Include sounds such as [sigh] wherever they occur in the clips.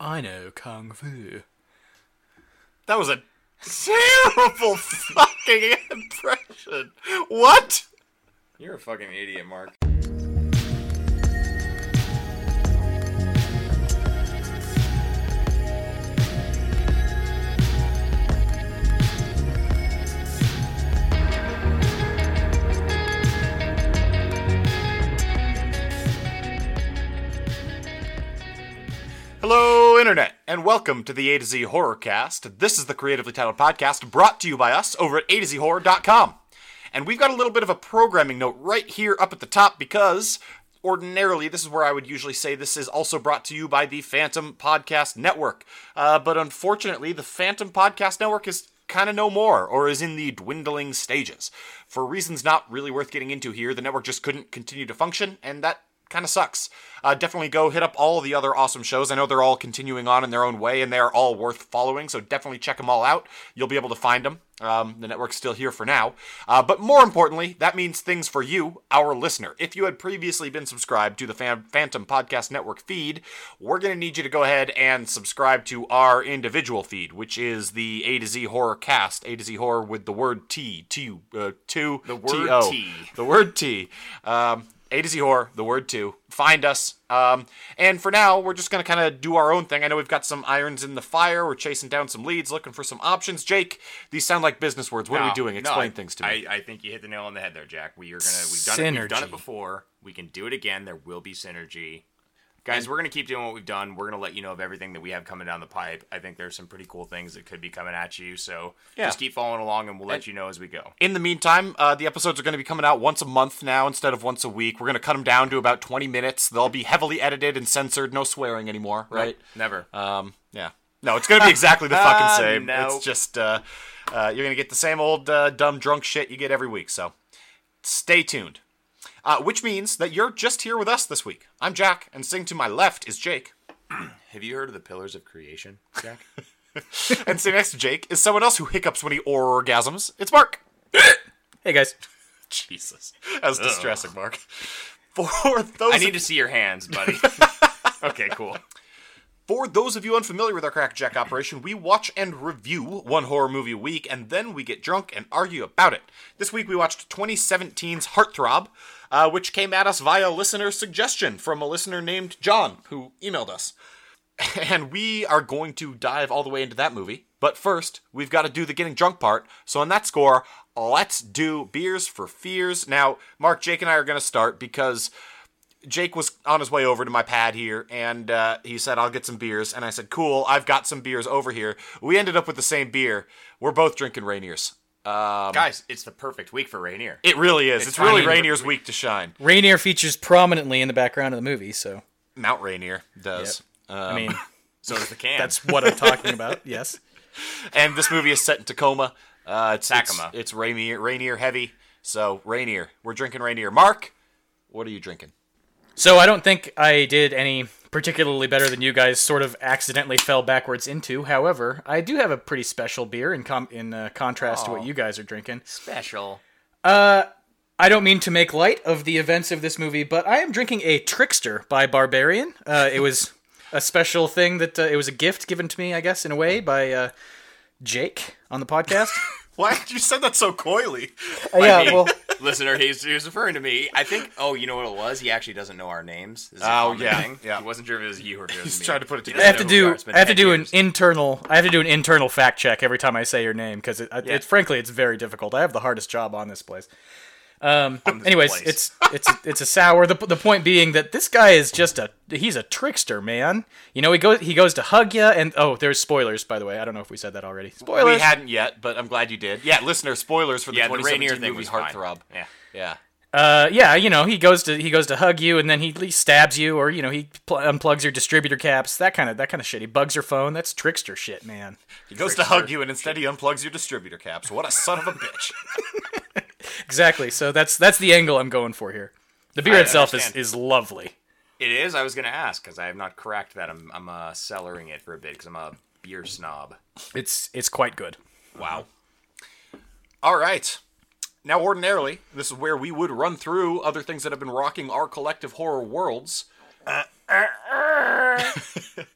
I know kung fu. That was a [laughs] terrible fucking impression. What? You're a fucking idiot, Mark. Hello, Internet, and welcome to the A to Z Horrorcast. This is the creatively titled podcast brought to you by us over at A to Z Horror.com. And we've got a little bit of a programming note right here up at the top because ordinarily this is where I would usually say this is also brought to you by the Phantom Podcast Network. Uh, but unfortunately, the Phantom Podcast Network is kind of no more or is in the dwindling stages. For reasons not really worth getting into here, the network just couldn't continue to function, and that kind of sucks. Uh, definitely go hit up all the other awesome shows. I know they're all continuing on in their own way, and they are all worth following. So definitely check them all out. You'll be able to find them. Um, the network's still here for now. Uh, but more importantly, that means things for you, our listener. If you had previously been subscribed to the Phan- Phantom Podcast Network feed, we're going to need you to go ahead and subscribe to our individual feed, which is the A to Z Horror Cast, A to Z Horror with the word T, T, uh, two, The word T-O. T. The word T. Um, a to Z horror, the word two. Find us. Um, and for now, we're just going to kind of do our own thing. I know we've got some irons in the fire. We're chasing down some leads, looking for some options. Jake, these sound like business words. What are we No, doing? no, Explain I- things to me. I, I think you hit the nail on the head there, Jack. We are gonna we've done it. We've Synergy. done it before. We can do it again. There will be synergy. Guys, we're gonna keep doing what we've done. We're gonna let you know of everything that we have coming down the pipe. I think there's some pretty cool things that could be coming at you. So Yeah. just keep following along, and we'll let you know as we go. in the meantime, uh, the episodes are going to be coming out once a month now instead of once a week. We're going to cut them down to about 20 minutes. They'll be heavily edited and censored. No swearing anymore, right? Never. Um, yeah. No, it's gonna be exactly the fucking [laughs] Ah, same. no. It's just uh, uh, you're gonna get the same old uh, dumb drunk shit you get every week. So stay tuned. Uh, which means that you're just here with us this week. I'm Jack, and sitting to my left is [laughs] Jake, have you heard of the Pillars of Creation, Jack? [laughs] [laughs] and sitting next to Jake is someone else who hiccups when he orgasms. It's Mark. Hey guys. Jesus, that was distressing, Mark. [laughs] For those I need to see your [laughs] hands, buddy. okay, cool. For those of you unfamiliar with our Crackjack operation, we watch and review one horror movie a week, and then we get drunk and argue about it. This week we watched 2017's Heartthrob, uh, which came at us via listener suggestion from a listener named John, who emailed us. [laughs] And we are going to dive all the way into that movie. But first, we've got to do the getting drunk part. So, on that score, let's do Beers for Fears. Now, Mark, Jake, and I are going to start because Jake was on his way over to my pad here, and uh, he said, I'll get some beers. And I said, Cool, I've got some beers over here. We ended up with the same beer. We're both drinking Rainier's. Um, Guys, it's the perfect week for Rainier. It really is. It's, really fine. Rainier's week to shine. Rainier features prominently in the background of the movie, so Mount Rainier does. Uh, I mean So does the can. Um, [laughs] that's what I'm talking about. Yes. And this movie is set in Tacoma. Uh, it's, Tacoma. It's, it's Rainier, Rainier heavy. So, Rainier. We're drinking Rainier. Mark, what are you drinking? So I don't think I did any particularly better than you guys sort of accidentally fell backwards into. However, I do have a pretty special beer in com- in uh, contrast to what you guys are drinking. special. I don't mean to make light of the events of this movie, but I am drinking a Trickster by Barbarian. Uh, it was a special thing that uh, it was a gift given to me, I guess, in a way by uh, Jake on the podcast. Why did you said that so coyly? yeah, me. well- [laughs] listener he's, he was referring to me. I think. Oh, you know what it was? He actually doesn't know our names. This is a Oh, common yeah, thing. yeah. He wasn't sure if it was you or if it was He's me. trying to put it He together. I have to doesn't know who we are. do. It's been I have to 10 do an years. internal. I have to do an internal fact check every time I say your name because it, it, it's frankly it's very difficult. I have the hardest job on this place. Um. this anyways, place. it's it's it's a sour. The, the point being that this guy is just a he's a trickster, man. You know he goes he goes to hug you and oh there's spoilers by the way. I don't know if we said that already. Spoilers. We hadn't yet, but I'm glad you did. Yeah, listener, spoilers for the Yeah, the 2017 Rainier thing movie was fine. Heartthrob. Yeah. Yeah. uh, yeah, you know, he goes to he goes to hug you, and then he, he stabs you, or you know, he pl- unplugs your distributor caps, that kind of that kind of shit. He bugs your phone. That's trickster shit, man. He goes to hug you, and instead he unplugs your distributor caps. What a son of a bitch! [laughs] Exactly. So that's that's the angle I'm going for here. The beer I itself is, understand. is lovely. It is. I was going to ask because I have not cracked that. I'm I'm uh, cellaring it for a bit because I'm a beer snob. It's it's quite good. Wow. All right. Now, ordinarily, this is where we would run through other things that have been rocking our collective horror worlds. Mm-hmm.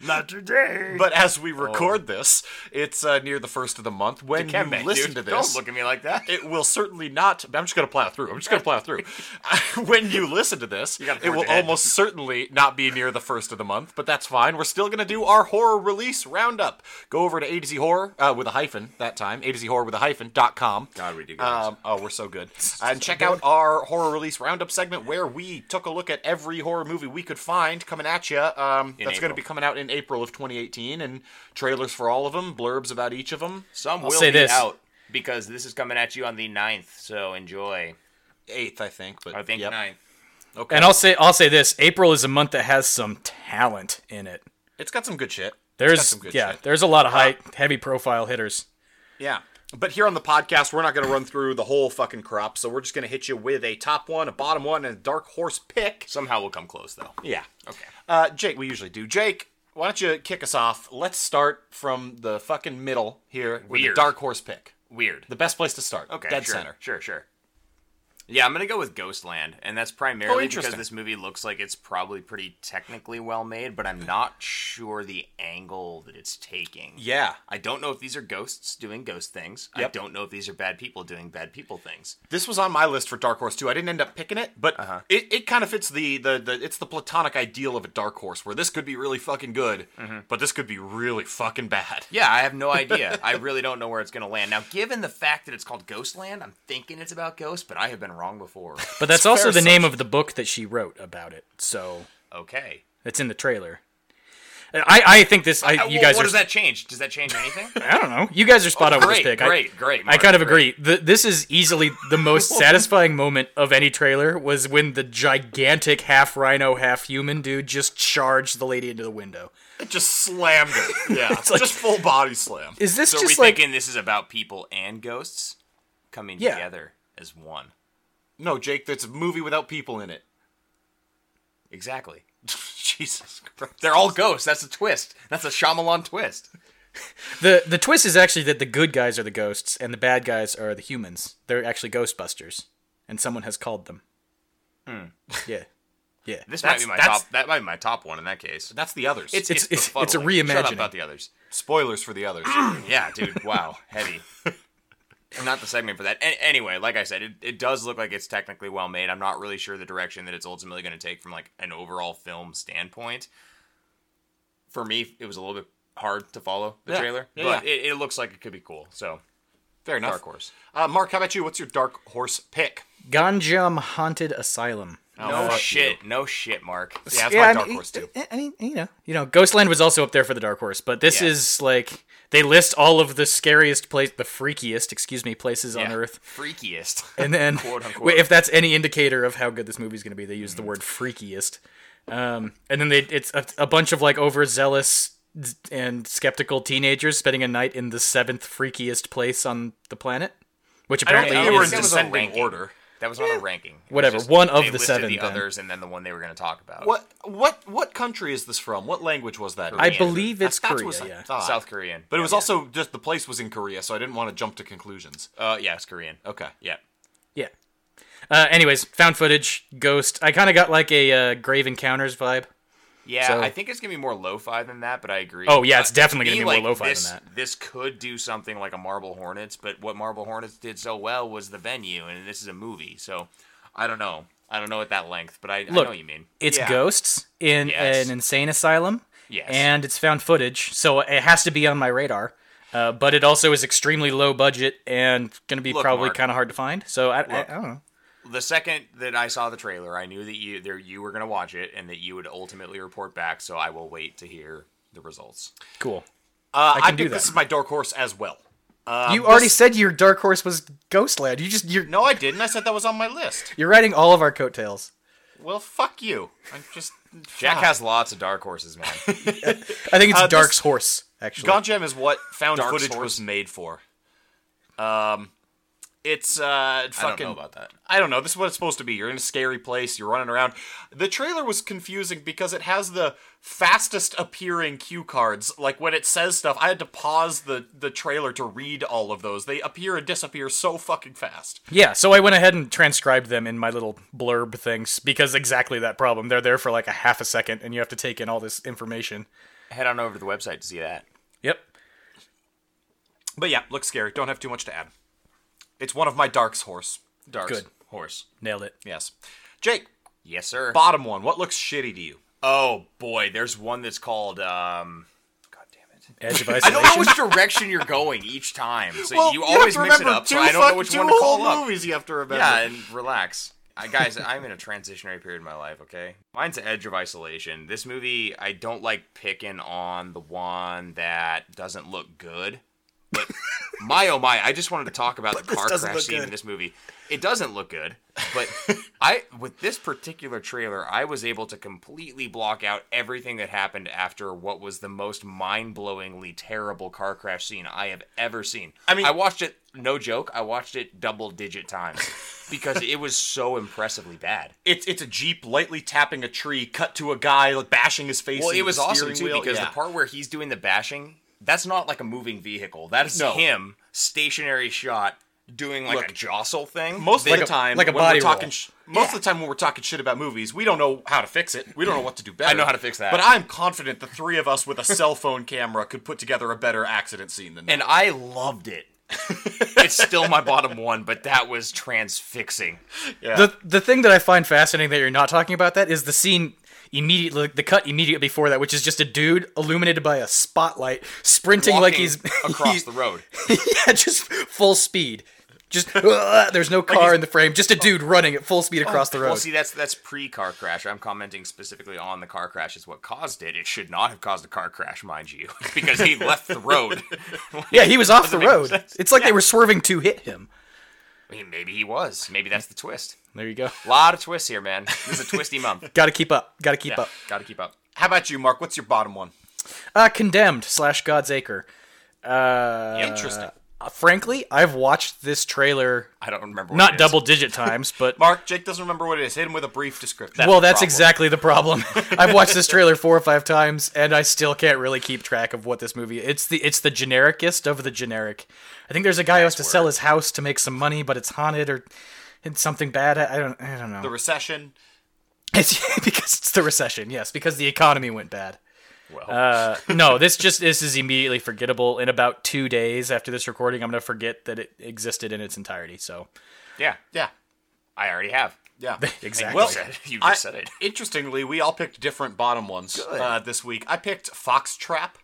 Not today. But as Oh. we record this, it's uh, near the first of the month. When you Dikembe, listen dude. to this, Don't look at me like that. it will certainly not. I'm just going to plow through. I'm just going to plow through. [laughs] when you listen to this, gotta it forge will ahead. almost certainly not be near the first of the month, but that's fine. We're still going to do our horror release roundup. Go over to A to Z Horror uh, with a hyphen that time, A to Z Horror with a hyphen dot com. God, we do good. Um, oh, we're so [laughs] good. And check out our horror release roundup segment where we took a look at every horror movie we could find coming at you. Um, that's going April. to be coming out in April of 2018, and trailers for all of them, blurbs about each of them. Some will say be this. out because this is coming at you on the 9th, so enjoy. Eighth, I think. But I think yep. ninth. Okay. And I'll say I'll say this: April is a month that has some talent in it. It's got some good shit. it's got There's some good yeah, shit. there's a lot of high, heavy profile hitters. Yeah. But here on the podcast, we're not going to run through the whole fucking crop, so we're just going to hit you with a top one, a bottom one, and a dark horse pick. Somehow we'll come close, though. Yeah. Okay. Uh, Jake, we usually do. Jake, why don't you kick us off? Let's start from the fucking middle here with the Weird. dark horse pick. Weird. The best place to start. Okay, Dead sure, center. Sure, sure. Yeah, I'm gonna go with Ghostland, and that's primarily because interesting. this movie looks like it's probably pretty technically well made, but I'm not sure the angle that it's taking. Yeah. I don't know if these are ghosts doing ghost things. I Yep. don't know if these are bad people doing bad people things. This was on my list for dark horse too. I didn't end up picking it, but it, it kind of fits the, the the it's the platonic ideal of a dark horse where this could be really fucking good, but this could be really fucking bad. Yeah, I have [laughs] no idea. I really don't know where it's gonna land. Now, given the fact that it's called Ghostland, I'm thinking it's about ghosts, but I have been wrong before. But that's also fair the name of the book that she wrote about it. So [laughs] okay. that's in the trailer. And I, I think this. I, Uh, you well, guys what are. does that change? Does that change anything? I don't know. You guys are Oh, spot on with great, this pick. I, great, great, I Mark, kind of agree. The, this is easily [laughs] the most satisfying moment of any trailer was when the gigantic half rhino, half human dude just charged the lady into the window. It just slammed her. [laughs] Yeah. just full body slam. Is this So are we just like? thinking this is about people and ghosts coming Yeah. together as one? No, Jake, that's a movie without people in it. [laughs] Exactly. [laughs] Jesus Christ. They're all ghosts. That's a twist. That's a Shyamalan twist. The the twist is actually that the good guys are the ghosts and the bad guys are the humans. They're actually Ghostbusters, and someone has called them. Yeah, yeah. Hmm. That's- This might be my that's- top. That might be my top one in that case. That's the others. It's It's- it's it's- it's a befuddling. Shut reimagining. up about the others. spoilers for the others. Yeah, dude. Wow, heavy. Not the segment for that. An anyway, like I said, it, it does look like it's technically well made. I'm not really sure the direction that it's ultimately going to take from like an overall film standpoint. For me, it was a little bit hard to follow the Yeah. trailer, Yeah, but yeah. It, it looks like it could be cool. So Fair enough. dark horse. Uh, Mark, how about you? What's your dark horse pick? Ganjam Haunted Asylum. No fuck shit. No shit, Mark. Yeah, that's my I dark mean, [laughs] horse too. I mean, you know, you know, Ghostland was also up there for the dark horse, but this Yeah. is like they list all of the scariest place, the freakiest, excuse me, places on [laughs] Yeah. Earth, Freakiest. and then Quote, unquote. if that's any indicator of how good this movie's going to be, they use the Mm-hmm. word freakiest, um, and then they it's a, a bunch of like overzealous and skeptical teenagers spending a night in the seventh freakiest place on the planet, which don't apparently think they were is in That was a descending ranking. order. That was not a ranking. It was Whatever, one of they the listed seven, The then. others, and then the one they were going to talk about. What what what country is this from? What language was that? I in? believe it's That's Korea. what I yeah. thought. South Korean. But it Yeah, was yeah. also just the place was in Korea, so I didn't want to jump to conclusions. Uh, yeah, it's Korean. Okay. Yeah. Yeah. Uh, anyways, found footage, ghost. I kind of got like a uh, Grave Encounters vibe. Yeah, So- I think it's gonna be more lo-fi than that, but I agree. Oh, yeah, it's Uh, definitely to gonna me, be more like, lo-fi than this, that. This could do something like a Marble Hornets, but what Marble Hornets did so well was the venue, and this is a movie, so I don't know. I don't know at that length, but I, I know Look, what you mean. It's Yeah. ghosts in Yes. an insane asylum. Yes. And it's found footage, so it has to be on my radar. Uh, but it also is extremely low budget and going to be Look, probably Mark. kind of hard to find. So I, I, I Look. don't know. the second that I saw the trailer, I knew that you there you were gonna watch it and that you would ultimately report back. So I will wait to hear the results. Cool. Uh, I, can picked do that. this is my dark horse as well. uh, you already said your dark horse was Ghostland. You just you're No, I didn't. I said that was on my list. you're riding all of our coattails. Well, fuck you. I'm just [laughs] Jack Fuck. has lots of dark horses, [laughs] man. I think it's Uh, Dark's this- horse actually. Gonjam is what found Dark footage Source. was made for. Um, It's uh, I don't fucking. know about that. I don't know. This is what it's supposed to be. You're in a scary place. You're running around. The trailer was confusing because it has the fastest appearing cue cards. Like when it says stuff, I had to pause the the trailer to read all of those. They appear and disappear so fucking fast. Yeah, so I went ahead and transcribed them in my little blurb things because exactly that problem. They're there for like a half a second and you have to take in all this information. Head on over to the website to see that. Yep. But yeah, looks scary. Don't have too much to add. It's one of my darks horse. Dark Good. horse. Nailed it. Yes. Jake, Yes, sir. bottom one. What looks shitty to you? oh boy, there's one that's called um. God damn it. Edge [laughs] of I don't know isolation. which [laughs] direction you're going each time, so you have always to mix it remember up. So two I don't know fuck- which two one to call whole up. movies you have to remember. Yeah, and relax. I, guys, I'm in a transitionary period in my life, okay? Mine's Edge of Isolation. This movie, I don't like picking on the one that doesn't look good. [laughs] But my oh my, I just wanted to talk about the car doesn't crash look scene in good. this movie. It doesn't look good, [laughs] but I with this particular trailer, I was able to completely block out everything that happened after what was the most mind-blowingly terrible car crash scene I have ever seen. I mean- I watched it no joke, I watched it double-digit times because it was so impressively bad. It's it's a jeep lightly tapping a tree, cut to a guy like, bashing his face. [laughs] Well, into it was the awesome steering too wheel. because Yeah. the part where he's doing the bashing, that's not like a moving vehicle. That is No. him stationary shot doing like Look, a jostle thing. most They- of a- the time, like a when body we're talking, roll. sh- most of the time when we're talking shit about movies, we don't know how to fix it. We don't know what to do better. know how to fix that. But I'm confident the three of us with a cell phone camera could put together a better accident scene than that. and I [laughs] loved it. it's still my bottom one, but that was transfixing. The the thing that I find fascinating that you're not talking about that is the scene immediately like, the cut immediate before that, which is just a dude illuminated by a spotlight sprinting like Walking he's [laughs] across the road. yeah, just full speed. Just [laughs] uh, there's no car in the frame, just a dude running at full speed across the road. Oh, Well, see, that's that's pre car crash. I'm commenting specifically on the car crash is what caused it. It should not have caused a car crash, mind you, [laughs] because he left the road. yeah, he was off the Doesn't make road. sense. It's like they were swerving to hit him. I mean, maybe he was. Maybe that's the twist. There you go. A lot of twists here, man. This is a twisty month. Got to keep up. Got to keep Yeah, up. gotta keep up. how about you, Mark? What's your bottom one? Uh, condemned slash God's Acre. Interesting. Uh, frankly, I've watched this trailer I don't remember. What it not is. double digit times, but Mark, Jake doesn't remember what it is. Hit him with a brief description. [laughs] well, that's problem. exactly the problem. [laughs] I've watched this trailer four or five times, and I still can't really keep track of what this movie. It's the it's the genericest of the generic. I think there's a guy who has to sell his house to make some money, but it's haunted or it's something bad. I I don't I don't know. the recession. [laughs] It's [laughs] because it's the recession, yes, because the economy went bad. Well, uh, no, this just this is immediately forgettable. In about two days after this recording, I'm gonna forget that it existed in its entirety. So Yeah, Yeah, I already have. [laughs] yeah, exactly. Well, you said, you just I- said it. Interestingly, we all picked different bottom ones uh, this week. I picked Fox Trap.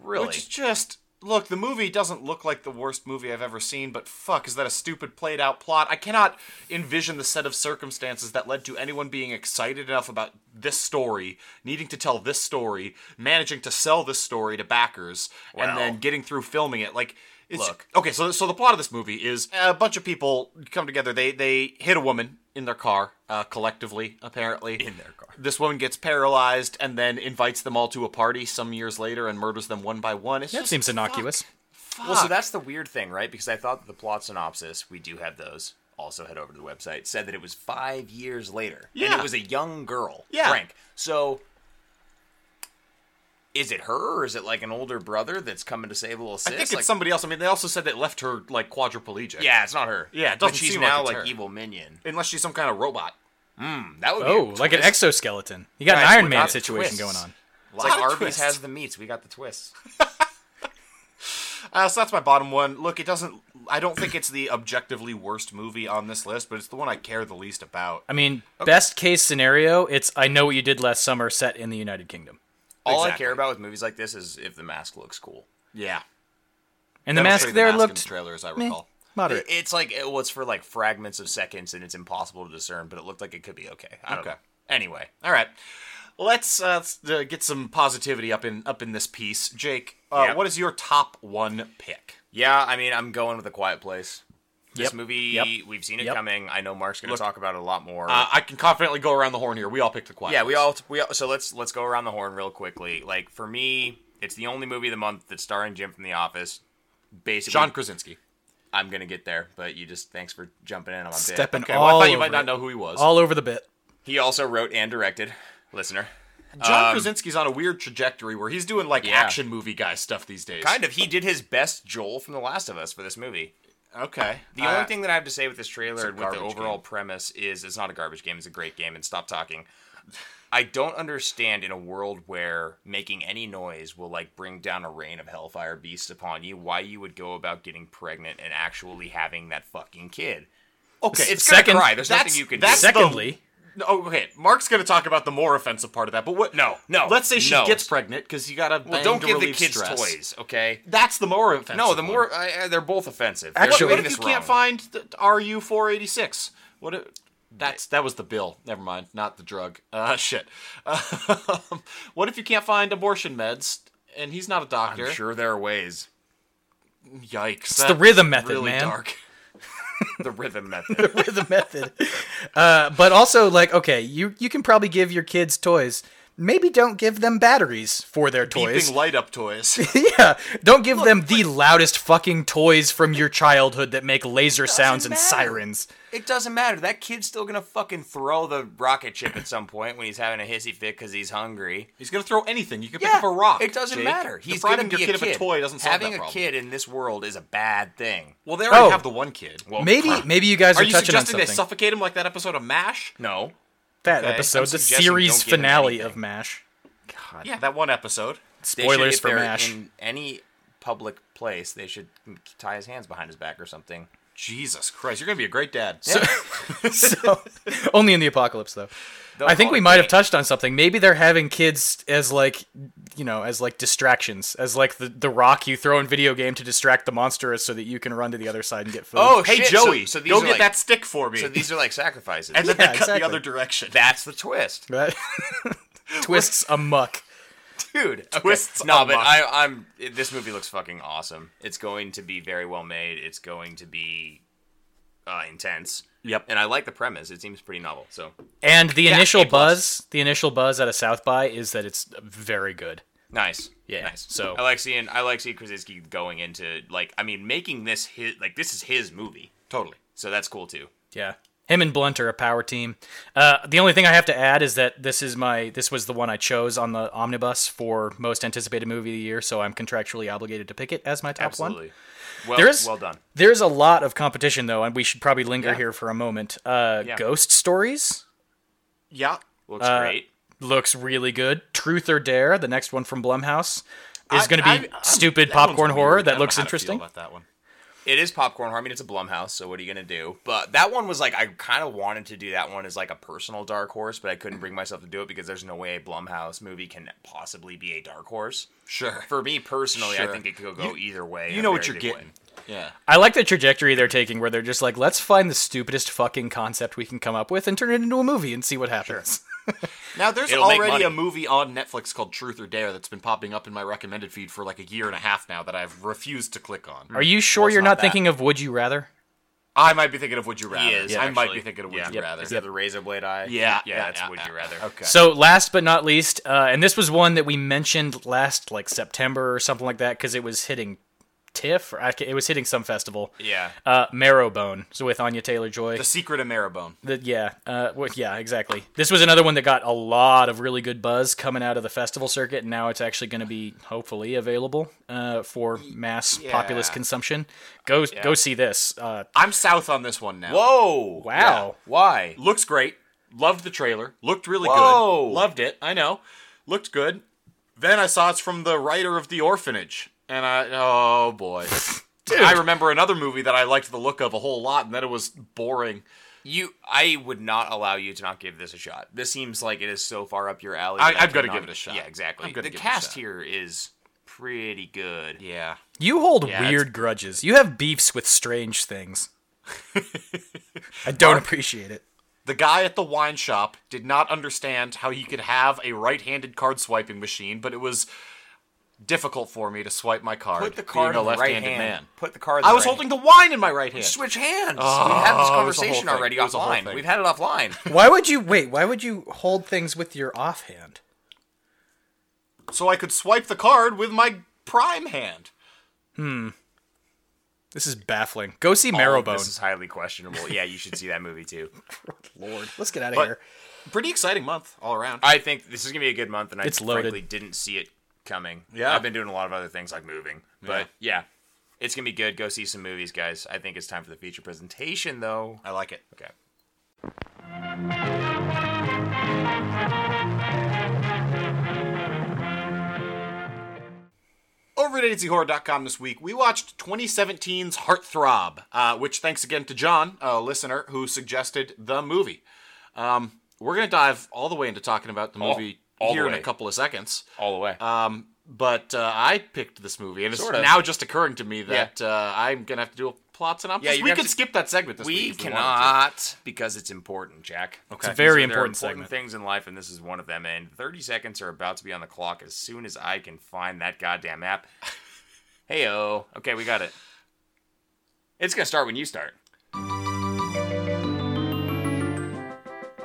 Really? Which is just look, the movie doesn't look like the worst movie I've ever seen, but fuck, is that a stupid played out plot? I cannot envision the set of circumstances that led to anyone being excited enough about this story, needing to tell this story, managing to sell this story to backers, Well. and then getting through filming it. Like it's, Look. Okay, so so the plot of this movie is a bunch of people come together. They they hit a woman in their car, uh, collectively, apparently. In their car. This woman gets paralyzed and then invites them all to a party some years later and murders them one by one. It's that just, seems innocuous. fuck. well, so that's the weird thing, right? Because I thought that the plot synopsis, we do have those. Also, head over to the website. Said that it was five years later, and Yeah. it was a young girl, Yeah. Frank. So, is it her, or is it like an older brother that's coming to save a little sis? I think it's like, somebody else. I mean, they also said they left her like quadriplegic. yeah, it's not her. Yeah, it but doesn't she's seem like now it's like, her. evil minion. unless she's some kind of robot. That would Oh, be a like an twist. exoskeleton. You got Guys, an Iron we Man got situation twists. going on. It's like Lot of Arby's twists. has the meats. We got the twists. Uh, so that's my bottom one. Look, it doesn't. I don't think it's the objectively worst movie on this list, but it's the one I care the least about. I mean, best case scenario, it's I know what you did last summer, set in the United Kingdom, All I Exactly. care about with movies like this is if the mask looks cool. Yeah, and the That was mask pretty there in the looked trailer, as I meh, recall. moderate. It's like it was for like fragments of seconds, and it's impossible to discern. But it looked like it could be okay. I don't Okay. know. Anyway, All right, let's, uh, let's uh, get some positivity up in up in this piece. Jake, uh, Yep. what is your top one pick? yeah, I mean, I'm going with a Quiet Place. This Yep. movie, Yep. we've seen it Yep. coming. I know Mark's going to talk about it a lot more. Uh, I can confidently go around the horn here. We all picked the quiet. yeah, we all we all, so let's let's go around the horn real quickly. Like for me, it's the only movie of the month that's starring Jim from The Office. Basically, John Krasinski. I'm gonna get there, but you just thanks for jumping in on my bit. Stepping okay, well, I all thought you over might not it. know who he was. all over the bit. he also wrote and directed, listener. John Krasinski's on a weird trajectory where he's doing like Um, Yeah. action movie guy stuff these days. Kind of, he did his best Joel from The Last of Us for this movie. of. Okay. Uh, The only thing that I have to say with this trailer a and with the garbage overall game. premise is it's not a garbage game, it's a great game, and stop talking. I don't understand in a world where making any noise will like bring down a rain of hellfire beasts upon you, why you would go about getting pregnant and actually having that fucking kid. Okay. It's Second- gonna cry. There's that's- nothing you can that's do. the- Secondly, No, okay. Mark's gonna talk about the more offensive part of that, but what? No, no, Let's say she no. gets pregnant because you gotta. Well, bang don't to give the relieve kids stress. toys, okay? That's the more offensive. No, the one. more I, I, they're both offensive. They're Actually- What, what doing if you this can't wrong. find the RU four eighty six? What? If, that's that was the bill. Never mind, not the drug. Uh, [laughs] shit. Um, what if you can't find abortion meds? And he's not a doctor. I'm sure there are ways. Yikes! It's the rhythm method, really man. Dark. [laughs] The [laughs] rhythm method. the method. Uh, but also, like, okay, you you can probably give your kids toys. Maybe don't give them batteries for their toys. Beeping light [laughs] up toys. yeah, don't give them the loudest fucking toys from your childhood that make laser sounds and matter. sirens. It doesn't matter. That kid's still gonna fucking throw the rocket ship at some point when he's having a hissy fit because he's hungry. He's gonna throw anything. You can Yeah, pick up a rock. It doesn't Jake. matter. He's gonna Depriving be your a kid kid. of a toy doesn't solve having that problem. a kid in this world is a bad thing. Well, they already Oh. have the one kid. Well, Maybe maybe you guys are, are you touching on suggesting something. they suffocate him like that episode of Mash? No, that okay, episode, I'm the suggesting series don't give them finale anything. of Mash. Yeah, that one episode. They should, Spoilers if for they're Mash. In any public place, they should tie his hands behind his back or something. Jesus Christ, you're gonna be a great dad. so, [laughs] only in the apocalypse though. I think call we it might have bait. touched on something. Maybe they're having kids as like, you know, as like distractions, as like the, the rock you throw in video game to distract the monster so that you can run to the other side and get food. [laughs] hey Oh, shit, so- Joey, so these go are get like- that stick for me. [laughs] So these are like sacrifices. and then Yeah, they cut exactly. the other direction. that's the twist, Right? [laughs] twists amuck. dude. Okay. Twists No, but unlocked. I, I'm. it- This movie looks fucking awesome. It's going to be very well made. It's going to be uh, intense. Yep. And I like the premise. It seems pretty novel. So And the initial A plus. buzz, the initial buzz out of South by is that it's very good. Nice. Yeah, Nice. so- I like seeing I like seeing Krasinski going into like I mean making this his like this is his movie. totally. So that's cool too. Yeah. Him and Blunt are a power team. Uh, the only thing I have to add is that this is my this was the one I chose on the omnibus for most anticipated movie of the year, so I'm contractually obligated to pick it as my top one. Absolutely. Well, There is well done. There's a lot of competition though, and we should probably linger Yeah. here for a moment. Uh, Yeah. Ghost Stories Yeah. Looks Uh, great. looks really good. Truth or Dare, the next one from Blumhouse, is I- going to be I- I'm- stupid that one's popcorn weird. horror I that don't looks know how to feel interesting. about that one. It is popcorn horror. I mean, it's a Blumhouse, so what are you gonna do? But that one was like I kind of wanted to do that one as like a personal dark horse, but I couldn't bring myself to do it because there's no way a Blumhouse movie can possibly be a dark horse. Sure. For me personally, I Sure. think it could go either way. in you a know what very you're big getting. way. Yeah. I like the trajectory they're taking where they're just like, let's find the stupidest fucking concept we can come up with and turn it into a movie and see what happens. Now there's It'll make already money. a movie on Netflix called Truth or Dare that's been popping up in my recommended feed for like a year and a half now that I've refused to click on. Are you sure it's you're not not that. thinking of Would You Rather? I might be thinking of Would You Rather. He is. I might actually. be thinking of Would Yeah. You Rather. Does he have the razor blade eye? Yeah, Yeah. yeah, that's yeah, would yeah, you yeah. rather? Okay. So, last but not least, uh, and this was one that we mentioned last, like September or something like that, because it was hitting TIFF, or I ca- it was hitting some festival. Yeah. Uh, Marrowbone, so with Anya Taylor Joy. The Secret of Marrowbone. The- yeah, uh, wh- yeah, exactly. This was another one that got a lot of really good buzz coming out of the festival circuit, and now it's actually going to be hopefully available uh, for mass populist yeah. consumption. Go go see this. Uh, I'm south on this one now. Whoa! Wow. Yeah. Why? Looks great. Loved the trailer. Looked really Whoa. good. Loved it. I know. Looked good. Then I saw it's from the writer of The Orphanage. And I, oh boy. [laughs] I remember another movie that I liked the look of a whole lot, and then it was boring. You, I would not allow you to not give this a shot. This seems like it is so far up your alley. I- that I I've gotta cannot- give it a shot. Yeah, exactly. I'm gonna the give it a cast shot. here is pretty good. Yeah. you hold Yeah, weird grudges. You have beefs with strange [laughs] things. I don't appreciate it. The guy at the wine shop did not understand how you could have a right handed card swiping machine, but it was difficult for me to swipe my card. Put the card being in a the left right handed hand. man. Put the card. In I the was right holding the wine in my right hand. hand. Switch hands. We've it was a had this whole conversation thing. already It was a whole offline. thing. We've had [laughs] it offline. Why would you wait? Why would you hold things with your offhand? so I could swipe the card with my prime hand. This is baffling. Go see All of Marrowbone. Oh, This is highly questionable. Yeah, you should see that movie too. Lord, let's get out of But- here. Pretty exciting month all around. [laughs] I think this is gonna be a good month, and I It's loaded. frankly didn't see it coming. Yeah. I've been doing a lot of other things like moving, but yeah, it's gonna be good. Go see some movies, guys. I think it's time for the feature presentation, though. I like it. Okay. Over at ADZHorror.com this week, we watched 2017's Heartthrob, uh, which thanks again to John, a listener, who suggested the movie. Um, we're going to dive all the way into talking about the All- movie all the here in a way. couple of seconds. All the way. Um, but uh, I picked this movie, and it's Sort of. now just occurring to me that uh, I'm going to have to do a plot synopsis. Yeah, you're we gonna could have to- skip that segment this we week. if wanted to. cannot because it's important, Jack. Okay. It's a very These are- there are important segment. things in life, and this is one of them. And 30 seconds are about to be on the clock as soon as I can find that goddamn [laughs] app. Heyo. Okay, we got it. It's gonna start when you start.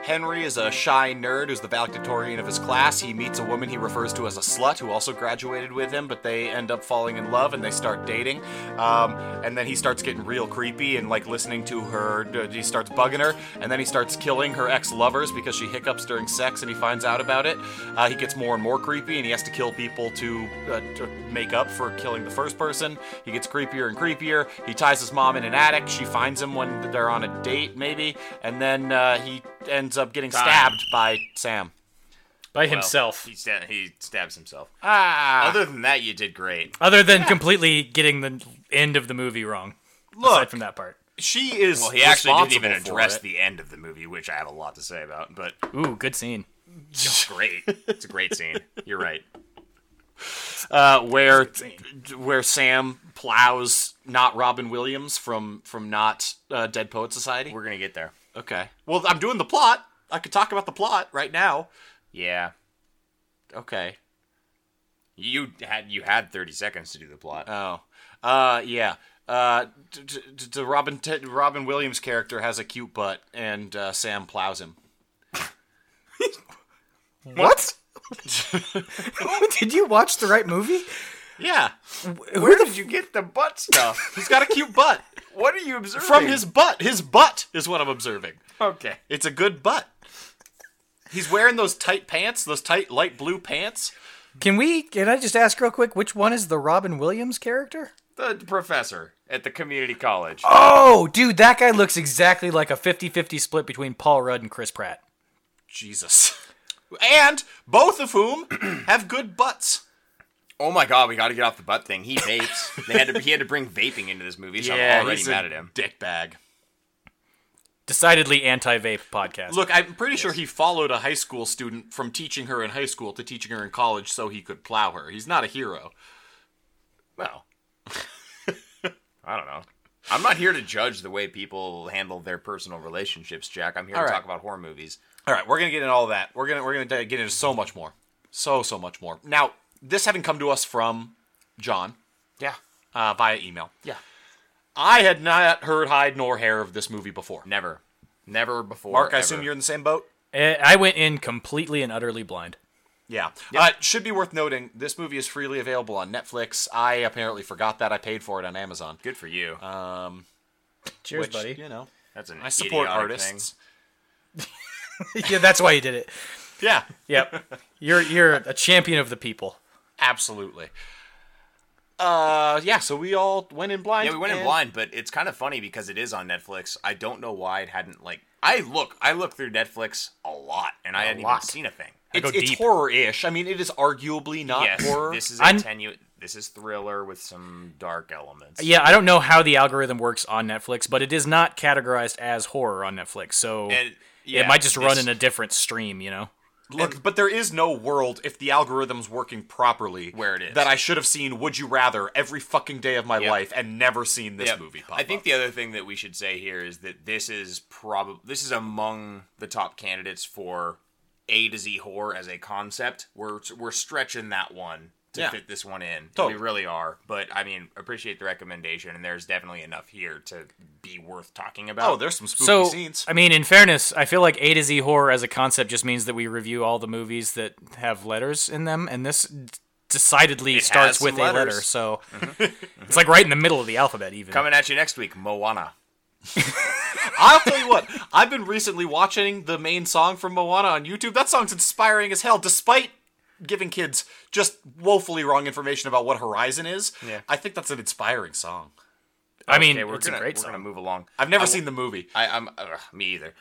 Henry is a shy nerd who's the valedictorian of his class. He meets a woman he refers to as a slut who also graduated with him, but they end up falling in love and they start dating. Um, and then he starts getting real creepy and like listening to her. He starts bugging her, and then he starts killing her ex lovers because she hiccups during sex and he finds out about it. Uh, he gets more and more creepy and he has to kill people to, uh, to make up for killing the first person. He gets creepier and creepier. He ties his mom in an attic. She finds him when they're on a date, maybe. And then uh, he ends up getting stabbed by Sam. By Well, himself. he, sta- he stabs himself. Ah, Other than that, you did great. Other than completely getting the end of the movie wrong. look, Aside from that part. she is. Well, he actually didn't even responsible for address it. the end of the movie, which I have a lot to say about, but Ooh, good scene. [laughs] it's great. it's a great scene. You're right. uh, where where Sam plows not Robin Williams from from not uh, Dead Poet Society. We're going to get there. okay. Well, I'm doing the plot. I could talk about the plot right now. Yeah. Okay. You had you had 30 seconds to do the plot. Oh, uh, yeah. Uh, d- d- d- the Robin T- Robin Williams character has a cute butt, and uh, Sam plows him. What? [laughs] Did you watch the right movie? Yeah, Who the did you get the butt stuff? [laughs] he's got a cute butt [laughs] what are you observing? from his butt. His butt is what I'm observing. Okay. It's a good butt. He's wearing those tight pants, those tight light blue pants. Can we? Can I just ask real quick? Which one is the Robin Williams character? The professor at the community college. Oh, dude, that guy looks exactly like a 50-50 split between Paul Rudd and Chris Pratt. Jesus, and both of whom [clears throat] have good butts. Oh my god, we got to get off the butt thing. He [laughs] vapes. they had to he had to bring vaping into this movie, so I'm already he's a mad at him. Dick bag. Decidedly anti-vape podcast. Look, I'm pretty sure he followed a high school student from teaching her in high school to teaching her in college so he could plow her. He's not a hero. Well, [laughs] I don't know. I'm not here to judge the way people handle their personal relationships, Jack. I'm here All to right. talk about horror movies. All right, we're gonna get into all that. We're gonna we're gonna di- get into so much more, so so much more. Now, this having come to us from John Yeah. uh, via email, Yeah. I had not heard hide nor hair of this movie before. Never. Never before. Mark, I ever. assume you're in the same boat. Eh, I went in completely and utterly blind. Yeah. Uh, it should be worth noting this movie is freely available on Netflix. I apparently forgot that I paid for it on Amazon. Good for you. Cheers, Which, buddy. You know, That's an Uh, I support idiotic artists. thing. [laughs] yeah, that's why you did it. [laughs] Yeah, Yep, you're you're a champion of the people. absolutely. Uh, yeah. So we all went in blind. Yeah, we went in and- blind, but it's kind of funny because it is on Netflix. I don't know why it hadn't like I look I look through Netflix a lot and I I hadn't even lot. seen a thing. It's, go it's deep. horror-ish. I mean, it is arguably not yes, horror. this is a I'm- tenu- this is thriller with some dark elements. Yeah, I don't know how the algorithm works on Netflix, but it is not categorized as horror on Netflix, so And- it yeah, might just run this- in a different stream. You know, Look, but there is no world if the algorithm's working properly Where it is. that I should have seen Would You Rather every fucking day of my Yep. life and never seen this Yep. movie. Pop I think up. the other thing that we should say here is that this is probably this is among the top candidates for A to Z horror as a concept. We're we're stretching that one to Yeah. fit this one in. Totally. We really are. But I mean, appreciate the recommendation, and there's definitely enough here to be worth talking about. oh, there's some spooky so scenes. I mean, in fairness, I feel like A to Z horror as a concept just means that we review all the movies that have letters in them, and this decidedly It has starts some with a letters. Mm-hmm. letter, so [laughs] it's like right in the middle of the alphabet. Even Coming at you next week, Moana. [laughs] I'll tell you what. I've been recently watching the main song from Moana on YouTube. That song's inspiring as hell, despite giving kids just woefully wrong information about what Horizon is. Yeah. I think that's an inspiring song. I mean, Okay, we're it's gonna, a great we're song. gonna move along. I've never seen the movie. I, I'm uh, me either.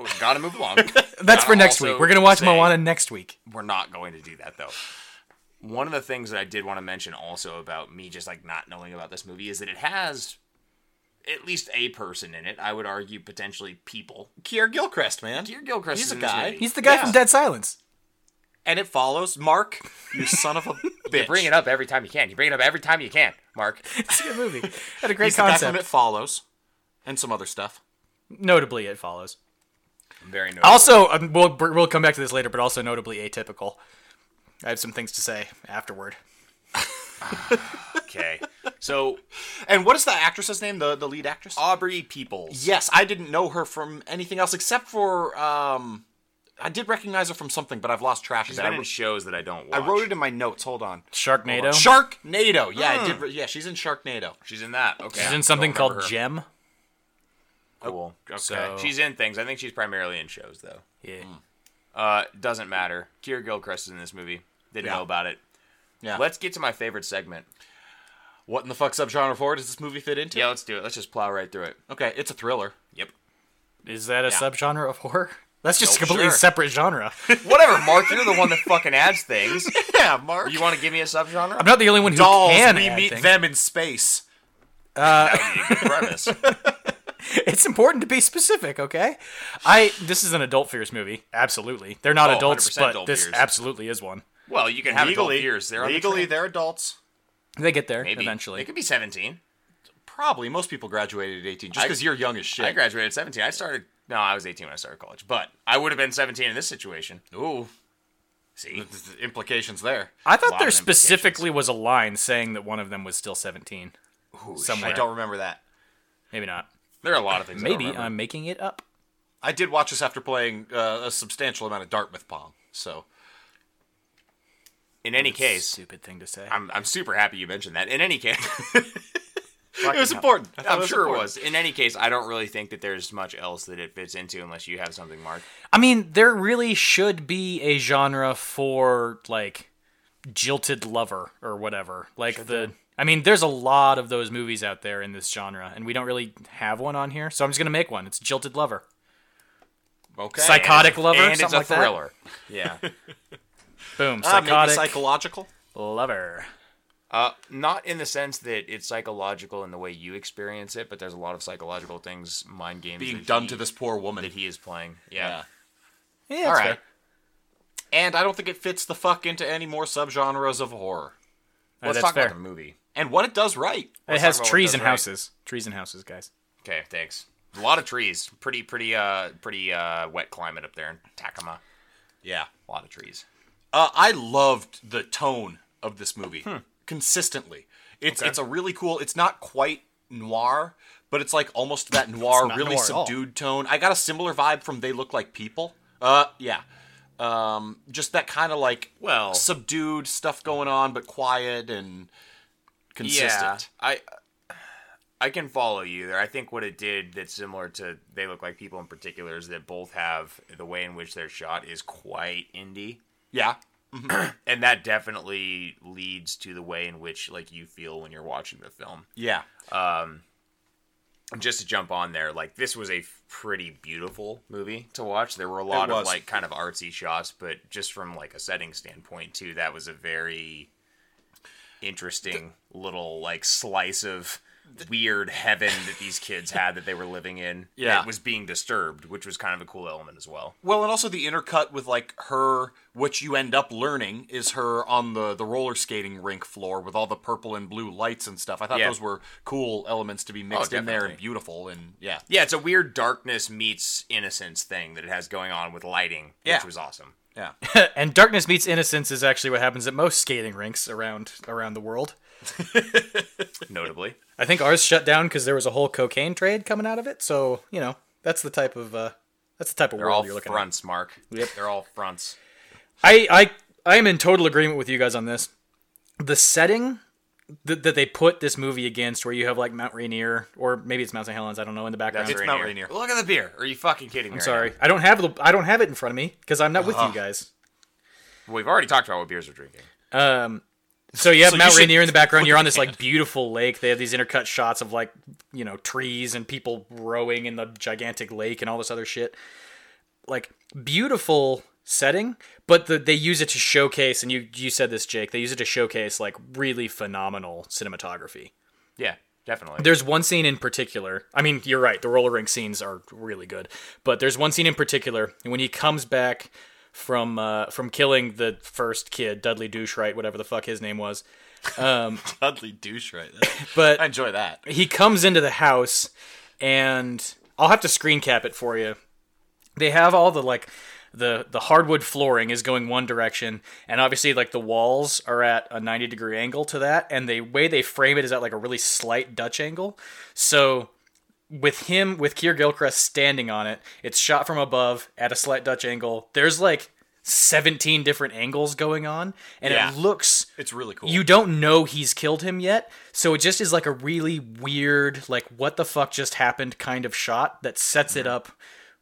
We gotta move along. That's for Gotta next also week. We're gonna watch say- Moana next week. We're not going to do that though. One of the things that I did want to mention also about me just like not knowing about this movie is that it has at least a person in it. I would argue potentially people. Kier Gilchrist, man. Dear Gilchrist, He's is a in this guy. movie. He's the guy Yeah. from Dead Silence. [laughs] And it follows Mark, [laughs] you son of a bitch. You bring it up every time you can. You bring it up every time you can, Mark. It's a good movie. Had a great He's the guy from concept. It Follows, and some other stuff. Notably, it follows. I'm very nervous. Also, um, we'll we'll come back to this later, but also notably atypical. I have some things to say afterward. okay. So And what is the actress's name? The the lead actress? Aubrey Peoples. Uh, Yes, I didn't know her from anything else except for um, I did recognize her from something, but I've lost track of it. That I, in wr- shows that I don't I watch. wrote it in my notes. Hold on. Sharknado. Sharknado. Yeah, I did. Re- yeah, she's in Sharknado. She's in that. Okay. She's in something Don't remember called her. Gem. Cool. Okay. So- She's in things. I think she's primarily in shows though. Yeah. Uh, doesn't matter. Kier Gilchrist is in this movie. Didn't Yeah. know about it. Yeah. Let's get to my favorite segment. what in the fuck subgenre four does this movie fit into? Yeah, let's do it. Let's just plow right through it. Okay, it's a thriller. Yep. Is that a Yeah. subgenre of horror? [laughs] That's just Nope, a completely sure. separate genre. Whatever, Mark. You're the one that fucking adds things. Yeah, Mark. You want to give me a subgenre? I'm not the only one who dolls? can we add meet things. them in space. Good premise. It's important to be specific, okay? I this is an adult fears movie. Absolutely, they're not Oh, adults, 100% but adult this fears. absolutely is one. [laughs] Well, you can have legally, adult ears. They're on the legally train. they're adults. They get there Maybe. They eventually. could be 17. Probably most people graduated at eighteen, just I- because you're young as shit. I graduated at 17. I started. No, I was 18 when I started college, but I would have been 17 in this situation. Ooh, See, [laughs] the implications there. I thought lot there of implications. specifically was a line saying that one of them was still 17. I Somewhere. don't remember that. Maybe not. there are a lot of things. I don't Maybe remember. I'm making it up. I did watch this after playing uh, a substantial amount of Dartmouth Pong. So in any case, Stupid thing to say. I'm, I'm super happy you mentioned that. In any case, it was important. I thought I'm sure it important. was. In any case, I don't really think that there's much else that it fits into unless you have something, Mark. I mean, there really should be a genre for like jilted lover or whatever. Like the I mean, there's a lot of those movies out there in this genre, and we don't really have one on here. So I'm just gonna make one. It's jilted lover, Okay. psychotic lover, and it's something a like [laughs] thriller. Yeah. That. Boom, Ah, maybe psychotic psychological. lover. Uh, not in the sense that it's psychological in the way you experience it, but there's a lot of psychological things, mind games Being that done he- to this poor woman. that he is playing. Yeah. yeah. Yeah, All that's right. fair. And I don't think it fits the fuck into any more subgenres of horror. Uh, Let's that's talk fair. about the movie. And what it does right. It Let's has talk about what trees does and right. houses. Trees and houses, guys. Okay, thanks. A lot of trees. Pretty, pretty, uh, pretty uh, wet climate up there in Tacoma. Yeah. A lot of trees. Uh, I loved the tone of this movie consistently. It's Okay. it's a really cool. It's not quite noir, but it's like almost that noir, not really noir at all. subdued tone. I got a similar vibe from They Look Like People. Uh, yeah. Um, just that kind of like Well- subdued stuff going on, but quiet and consistent. Yeah, I I can follow you there. I think what it did that's similar to they look like people in particular is that both have the way in which they're shot is quite indie. Yeah. And that definitely leads to the way in which like you feel when you're watching the film. Yeah. And just to jump on there, like this was a pretty beautiful movie to watch. There were a lot It of was. like kind of artsy shots, but just from like a setting standpoint too, that was a very interesting little like slice of weird heaven that these kids had that they were living in. Yeah. It was being disturbed, which was kind of a cool element as well. Well, and also the intercut with like her, what you end up learning is her on the the roller skating rink floor with all the purple and blue lights and stuff. I thought Yeah. those were cool elements to be mixed in there and definitely. beautiful and yeah. Yeah, it's a weird darkness meets innocence thing that it has going on with lighting, Yeah. which was awesome. Yeah. [laughs] and darkness meets innocence is actually what happens at most skating rinks around around the world. [laughs] Notably. I think ours shut down because there was a whole cocaine trade coming out of it. So you know, that's the type of uh, that's the type of They're world all you're looking at. fronts, Mark. Yep. They're all fronts. I I I am in total agreement with you guys on this. the setting that, that they put this movie against, where you have like Mount Rainier, or maybe it's Mount St. Helens, I don't know, in the background. That's It's Rainier. Mount Rainier. Look at the beer. Are you fucking kidding me? I'm right sorry, I don't have the I don't have it in front of me because I'm not with Ugh. you guys. now? We've already talked about what beers we're drinking. Um, so you have So you Mount should- Rainier in the background. You're on this like beautiful lake. They have these intercut shots of like you know trees and people rowing in the gigantic lake and all this other shit. Like beautiful setting, but the, they use it to showcase. And you you said this, Jake. They use it to showcase like really phenomenal cinematography. Yeah, definitely. There's one scene in particular. I mean, you're right. The roller rink scenes are really good, but there's one scene in particular when he comes back from uh, from killing the first kid, Dudley Douche, right? Whatever the fuck his name was. Dudley douche right I But enjoy that. he comes into the house, and I'll have to screen cap it for you. They have all the like the the hardwood flooring is going one direction, and obviously like the walls are at a 90 degree angle to that, and the way they frame it is at like a really slight Dutch angle. So with him with Keir Gilchrist standing on it, it's shot from above at a slight Dutch angle. There's like 17 different angles going on, and Yeah. it looks It's really cool. you don't know he's killed him yet, so it just is like a really weird, like what the fuck just happened kind of shot that sets it up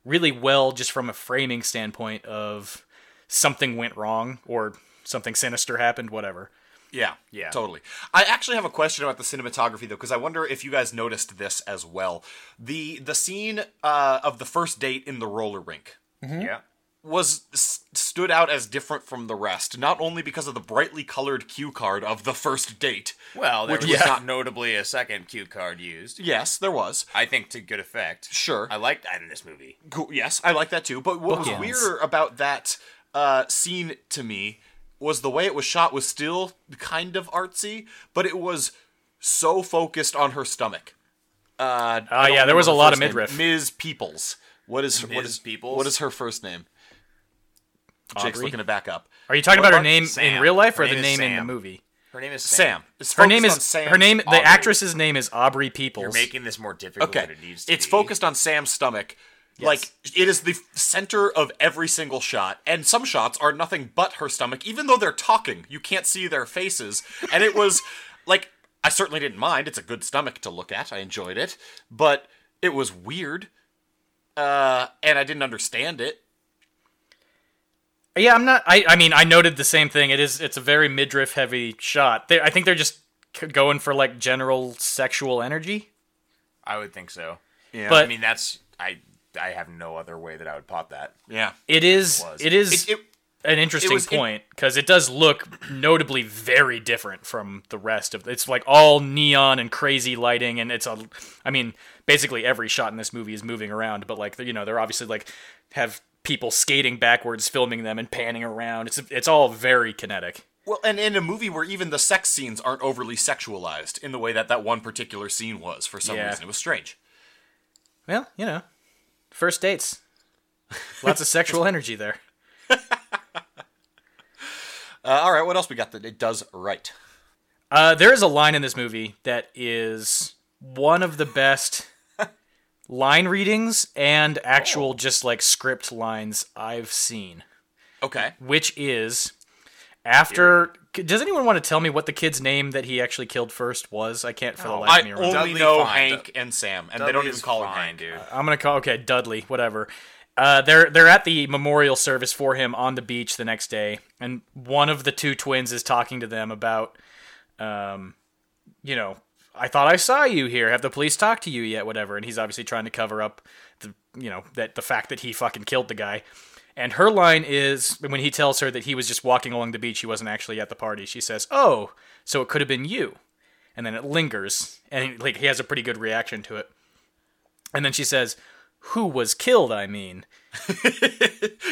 really well just from a framing standpoint of something went wrong or something sinister happened, whatever. Yeah, Yeah. totally. I actually have a question about the cinematography though, because I wonder if you guys noticed this as well. the The scene uh, of the first date in the roller rink Yeah. was s- stood out as different from the rest, not only because of the brightly colored cue card of the first date. Well, there Which was was- not notably a second cue card used. Yes, there was. I think to good effect. Sure. I like that in this movie. Cool. Yes, I like that too. But what Bookends. was weirder about that uh, scene to me was the way it was shot was still kind of artsy, but it was so focused on her stomach. Uh, I don't Ah, yeah, there was a remember lot her of first midriff. Name. Ms. Peoples. What is what Ms. is Peoples? What is her first name? Jake's Aubrey? looking it back up. Are you talking What about her about name in Sam? real life or Her the name is name in the Sam. movie? Her name is Sam. Sam. It's Her focused name on is Sam her name. Aubrey. The actress's name is Aubrey Peoples. You're making this more difficult Okay, than it needs to it's be. focused on Sam's stomach. Like it is the center of every single shot, and some shots are nothing but her stomach. Even though they're talking, you can't see their faces, and it was [laughs] like I certainly didn't mind. It's a good stomach to look at. I enjoyed it, but it was weird, uh, and I didn't understand it. Yeah, I'm not. I, I mean, I noted the same thing. It is. It's a very midriff heavy shot. They, I think they're just c- going for like general sexual energy. I would think so. Yeah, But- I mean, that's I. I have no other way that I would pop that. yeah, It is. was. It is it, it an interesting was- it- point because it does look notably very different from the rest of. It's like all neon and crazy lighting, and it's a. I mean, basically every shot in this movie is moving around, but like you know, they're obviously like have people skating backwards, filming them and panning around. It's it's all very kinetic. Well, and in a movie where even the sex scenes aren't overly sexualized in the way that that one particular scene was for some Yeah. reason, it was strange. Well, you know, first dates. Lots [laughs] of sexual energy there. Uh, all right, what else we got that it does right? Uh, there is a line in this movie that is one of the best line readings and actual just like script lines I've seen, Okay. which is after. Does anyone want to tell me what the kid's name that he actually killed first was? I can't for the life I of me. only remember. Dudley know Fine. Hank and Sam, and they don't even call him Hank. dude. I'm gonna call okay Dudley, whatever. Uh, they're they're at the memorial service for him on the beach the next day, and one of the two twins is talking to them about, um, you know, I thought I saw you here. Have the police talked to you yet? Whatever. And he's obviously trying to cover up the you know that the fact that he fucking killed the guy. And her line is when he tells her that he was just walking along the beach, he wasn't actually at the party. She says, "Oh, so it could have been you." And then it lingers, and like he has a pretty good reaction to it. And then she says, "Who was killed?" I mean,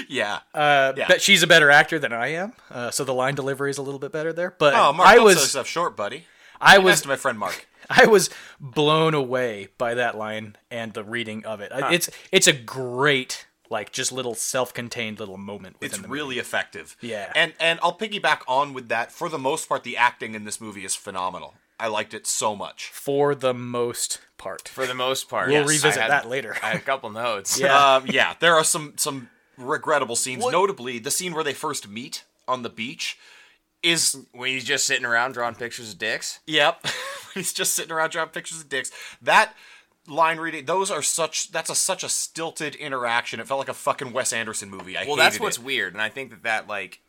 Yeah. uh, Yeah. bet she's a better actor than I am. Uh, so the line delivery is a little bit better there. But oh, Mark, I don't sell was, yourself short, [laughs] buddy. I Nice was, to my friend Mark. I was blown away by that line and the reading of it. I- It's it's a great like just little self-contained little moment within It's the really effective. Yeah. And and I'll piggyback on with that. For the most part, the acting in this movie is phenomenal. I liked it so much. for the most part. For the most part, We'll yes, I revisit had- that later. I had a couple notes. Yeah. Um, [laughs] yeah, there are some some regrettable scenes. Notably, the scene where they first meet on the beach is When he's just sitting around drawing pictures of dicks. Yep. [laughs] He's just sitting around drawing pictures of dicks. That line reading, those are such, that's a such a stilted interaction. It felt like a fucking Wes Anderson movie. I Well, that's hated what's it. weird, and I think that that like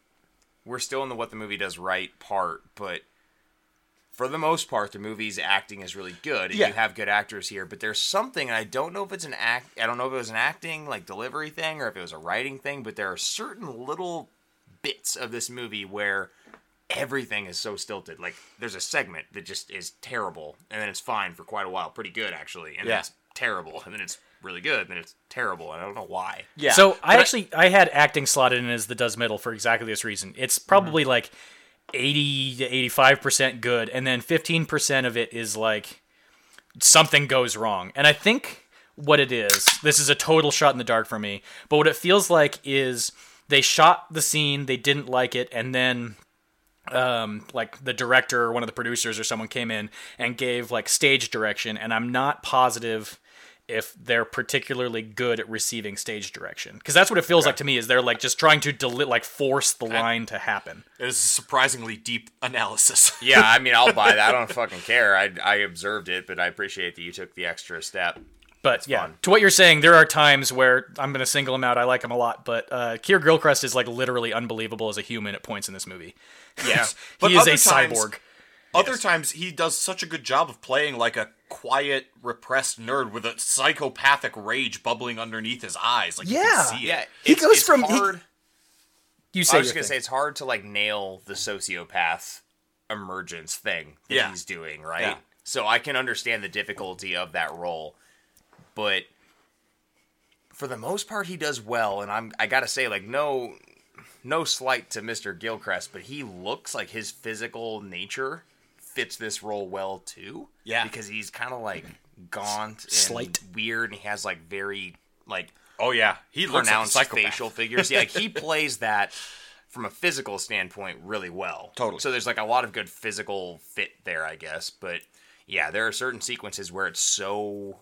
we're still in the what the movie does right part, but for the most part, the movie's acting is really good, and Yeah. you have good actors here. But there's something, and I don't know if it's an act, I don't know if it was an acting like delivery thing or if it was a writing thing, but there are certain little bits of this movie where everything is so stilted. Like there's a segment that just is terrible, and then it's fine for quite a while, pretty good actually, and Yeah. then it's terrible, [laughs] and then it's really good, and then it's terrible, and I don't know why. Yeah. So I But actually I had acting slotted in as the does middle for exactly this reason. It's Mm-hmm. probably like eighty to eighty five percent good, and then fifteen percent of it is like something goes wrong. And I think what it is, this is a total shot in the dark for me, but what it feels like is they shot the scene, they didn't like it, and then um, like the director or one of the producers or someone came in and gave like stage direction, and I'm not positive if they're particularly good at receiving stage direction because that's what it feels like to me is they're like just trying to deli- like force Eh. the line to happen. It is a surprisingly deep analysis. [laughs] Yeah, I mean, I'll buy that. I don't fucking care. I, I observed it, but I appreciate that you took the extra step. But yeah, fun. to what you're saying, there are times where I'm gonna single him out. I like him a lot, but uh, Keir Gilchrist is like literally unbelievable as a human at points in this movie. Yes. he is a other times- cyborg. Other times, he does such a good job of playing like a quiet, repressed nerd with a psychopathic rage bubbling underneath his eyes. Like, you Yeah. can see it. Yeah, He it's- goes it's from- he- Hard, You I say was your just gonna say thing. it's hard to like nail the sociopath emergence thing that Yeah. he's doing, right? Yeah. So I can understand the difficulty of that role, but for the most part, he does well. And I'm I gotta say, like, no, no slight to Mr. Gilchrist, but he looks like his physical nature fits this role well too. Yeah. because he's kind of like gaunt, and Slight. weird, and he has like very like Oh, yeah. He looks like a pronounced psychopath. facial figures. Yeah, like he [laughs] plays that from a physical standpoint really well. Totally. So there's like a lot of good physical fit there, I guess. But yeah, there are certain sequences where it's so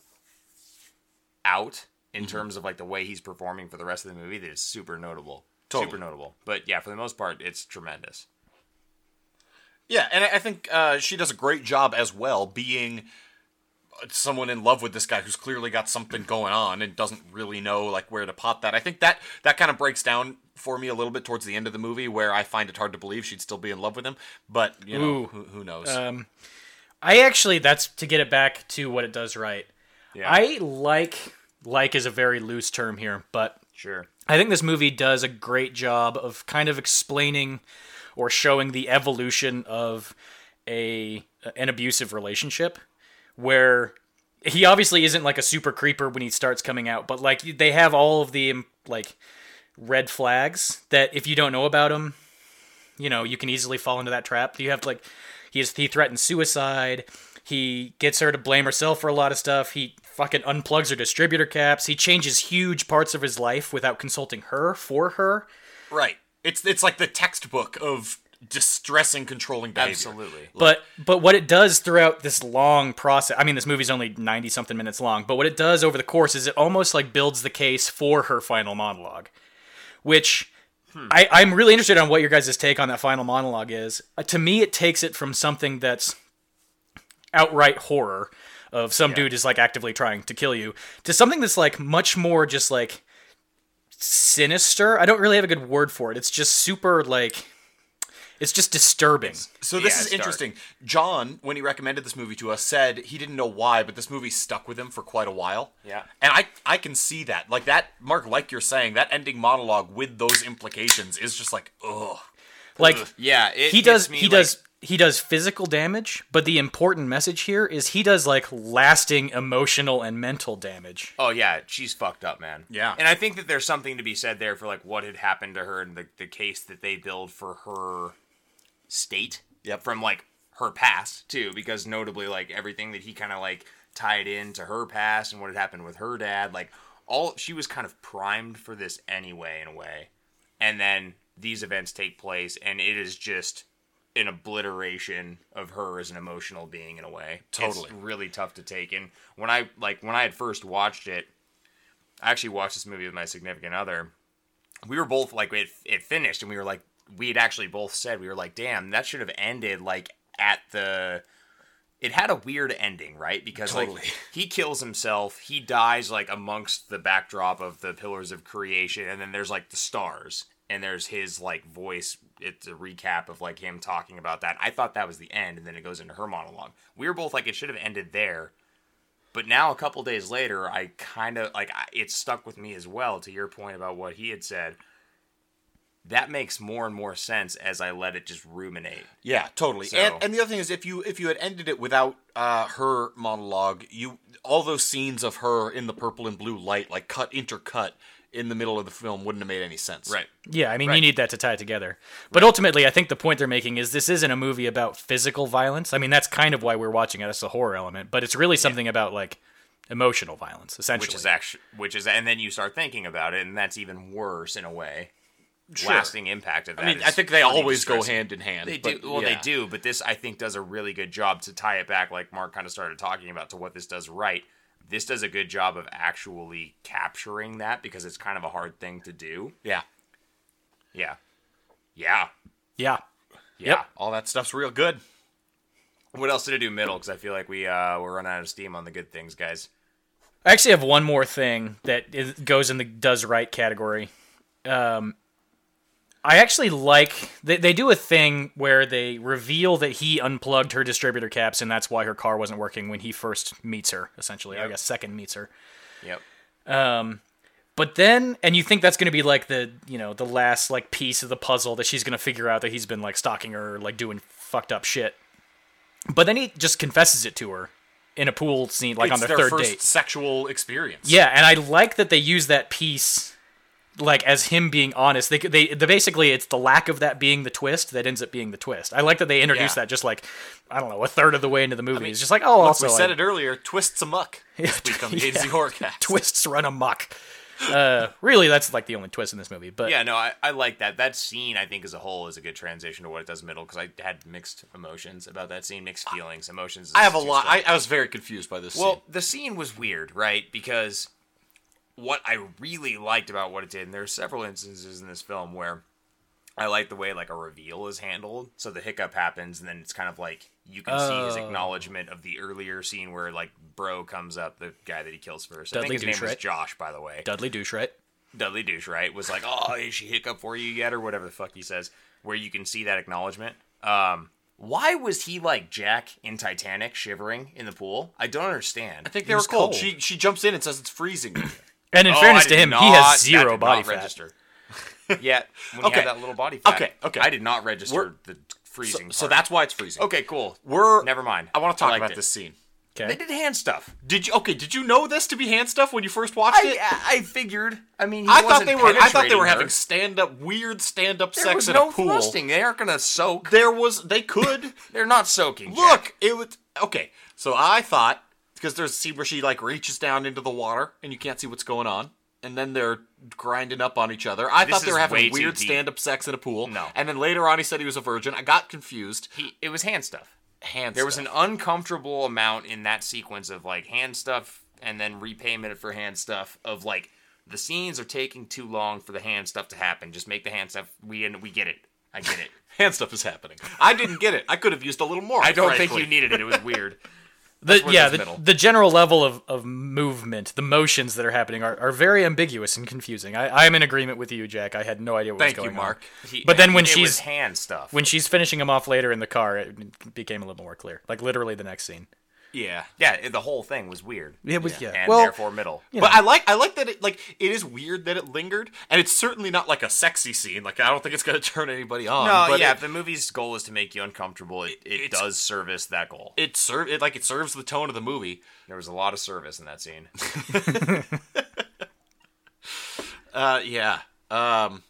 out in Mm-hmm. terms of like the way he's performing for the rest of the movie that it's super notable. Totally. Super notable. But yeah, for the most part, it's tremendous. Yeah, and I I think uh, she does a great job as well, being someone in love with this guy who's clearly got something going on and doesn't really know like where to pop that. I think that that kind of breaks down for me a little bit towards the end of the movie, where I find it hard to believe she'd still be in love with him. But you know, Ooh. who, who knows? I actually that's to get it back to what it does right. Yeah. I like like is a very loose term here, but Sure. I think this movie does a great job of kind of explaining or showing the evolution of a an abusive relationship where he obviously isn't like a super creeper when he starts coming out, but like they have all of the um, like red flags that if you don't know about him, you know, you can easily fall into that trap. You have like he is he threatens suicide. He gets her to blame herself for a lot of stuff. He fucking unplugs her distributor caps. He changes huge parts of his life without consulting her for her. right. It's it's like the textbook of distressing controlling behavior. Absolutely. But but what it does throughout this long process, I mean, this movie's only ninety something minutes long. But what it does over the course is it almost like builds the case for her final monologue, which I, I'm really interested on what your guys' take on that final monologue is. Uh, to me, it takes it from something that's outright horror of some dude is like actively trying to kill you to something that's like much more just like sinister. I don't really have a good word for it. It's just super like it's just disturbing. So this Yeah, is it's dark. interesting. John, when he recommended this movie to us, said he didn't know why, but this movie stuck with him for quite a while. Yeah. And I I can see that. Like that Mark like you're saying, that ending monologue with those implications is just like ugh. Like Yeah, it he gets does me, he like- does he does physical damage but the important message here is he does like lasting emotional and mental damage Oh yeah, she's fucked up, man. Yeah. and I think that there's something to be said there for like what had happened to her and the the case that they build for her state. Yep. From like her past too, because notably like everything that he kind of like tied into her past and what had happened with her dad, like all she was kind of primed for this anyway in a way, and then these events take place and it is just an obliteration of her as an emotional being in a way. It's Totally. really tough to take. And when I like when I had first watched it, I actually watched this movie with my significant other. We were both like it, it finished, and we were like, we had actually both said we were like, damn, that should have ended like at the. It had a weird ending, right? Because Totally. like he kills himself, he dies like amongst the backdrop of the pillars of creation, and then there's like the stars, and there's his like voice. It's a recap of like him talking about that. I thought that was the end, and then it goes into her monologue. We were both like, it should have ended there. But now, a couple days later, I kind of like I- it stuck with me as well. To your point about what he had said, that makes more and more sense as I let it just ruminate. Yeah, totally. So- And, and the other thing is, if you if you had ended it without uh, her monologue, you all those scenes of her in the purple and blue light, like cut intercut in the middle of the film, wouldn't have made any sense. Yeah, I mean, you Right. need that to tie it together. But ultimately, I think the point they're making is this isn't a movie about physical violence. I mean, that's kind of why we're watching it. That's the horror element, but it's really something about like emotional violence, essentially. which is actually which is, and then you start thinking about it, and that's even worse in a way. Sure. Lasting impact of that. I mean, is I think they pretty always go distressing. hand in hand. They but do well, yeah. they do, but this I think does a really good job to tie it back, like Mark kind of started talking about, to what this does right. This does a good job of actually capturing that because it's kind of a hard thing to do. Yeah, Yeah, yeah, yeah. yeah. all that stuff's real good. What else did I do middle? Because I feel like we uh we're running out of steam on the good things, guys. I actually have one more thing that is, goes in the does right category. Um, I actually like they, they do a thing where they reveal that he unplugged her distributor caps, and that's why her car wasn't working when he first meets her. Essentially, I Yep. guess second meets her. Yep. But then, and you think that's going to be like the you know the last like piece of the puzzle that she's going to figure out that he's been like stalking her, or, like doing fucked up shit. But then he just confesses it to her in a pool scene, like on It's their, their third first date. sexual experience. Yeah, and I like that they use that piece, like as him being honest. They they the basically it's the lack of that being the twist that ends up being the twist. I like that they introduce Yeah. that just like I don't know a third of the way into the movie. it's just like oh, also we said I- it earlier. Twists [laughs] amuck. This week on the yeah. AZ Horrorcast. twists run amok. Uh, really, that's like the only twist in this movie. But Yeah, no, I, I like that. That scene, I think, as a whole, is a good transition to what it does middle because I had mixed emotions about that scene, mixed feelings, emotions. is I have a too lot. strong. I, I was very confused by this. Well, scene. the scene was weird, right? Because what I really liked about what it did, and there are several instances in this film where I like the way like a reveal is handled. So the hiccup happens, and then it's kind of like you can see his Oh. acknowledgement of the earlier scene where like Bro comes up, the guy that he kills first. I Dudley think his name was Douchrite. Josh, by the way. Dudley Douche, right? Dudley Douche, right, was like, "Oh, [laughs] is she hiccup for you yet?" or whatever the fuck he says, where you can see that acknowledgement. Um, why was he like Jack in Titanic, shivering in the pool? I don't understand. I think they were cold. She she jumps in and says it's [coughs] freezing. And in Oh, fairness I to did him, he not- that has zero did body not fat. register. yeah, when okay. Okay. he had that little body fat. Okay, okay. I did not register We're- the so, freezing. so part. that's why it's freezing. okay. Cool. We're never mind. I want to talk liked about it. this scene. They Okay. did hand stuff. Did you okay? Did you know this to be hand stuff when you first watched I it? I I figured. I mean, he I thought wasn't they were. I thought they penetrating were her. having stand up, weird stand up There sex was in no a pool. thrusting. They aren't gonna soak. There was. They [laughs] could They're not soaking. Jack. look. It was okay. So I thought because there's a scene where she like reaches down into the water and you can't see what's going on. And then they're grinding up on each other. I This thought they is were way having too weird deep. stand up sex in a pool. No. And then later on, he said he was a virgin. I got confused. he, it was hand stuff. Hand There was stuff. an uncomfortable amount in that sequence of like hand stuff and then repayment for hand stuff of like the scenes are taking too long for the hand stuff to happen. Just make the hand stuff. We and we get it. I get it. hand stuff is happening. I didn't get it. I could have used a little more. I don't think frankly. you needed it. It was weird. The, where yeah, there's the, middle. the general level of, of movement, the motions that are happening are, are very ambiguous and confusing. I, I'm in agreement with you, Jack. I had no idea what Thank was you, going Mark. on. [laughs] He- But then when it she's- was hand stuff, When she's finishing him off later in the car, it became a little more clear. Like literally the next scene. Yeah. yeah, it- the whole thing was weird. It was yeah. and well, therefore middle. But I like I like that it like it is weird that it lingered, and it's certainly not like a sexy scene. Like I don't think it's gonna turn anybody on. No, but yeah. it, if the movie's goal is to make you uncomfortable, it, it It's- does service that goal. it serve it like it serves the tone of the movie. There was a lot of service in that scene. Uh, yeah. Um,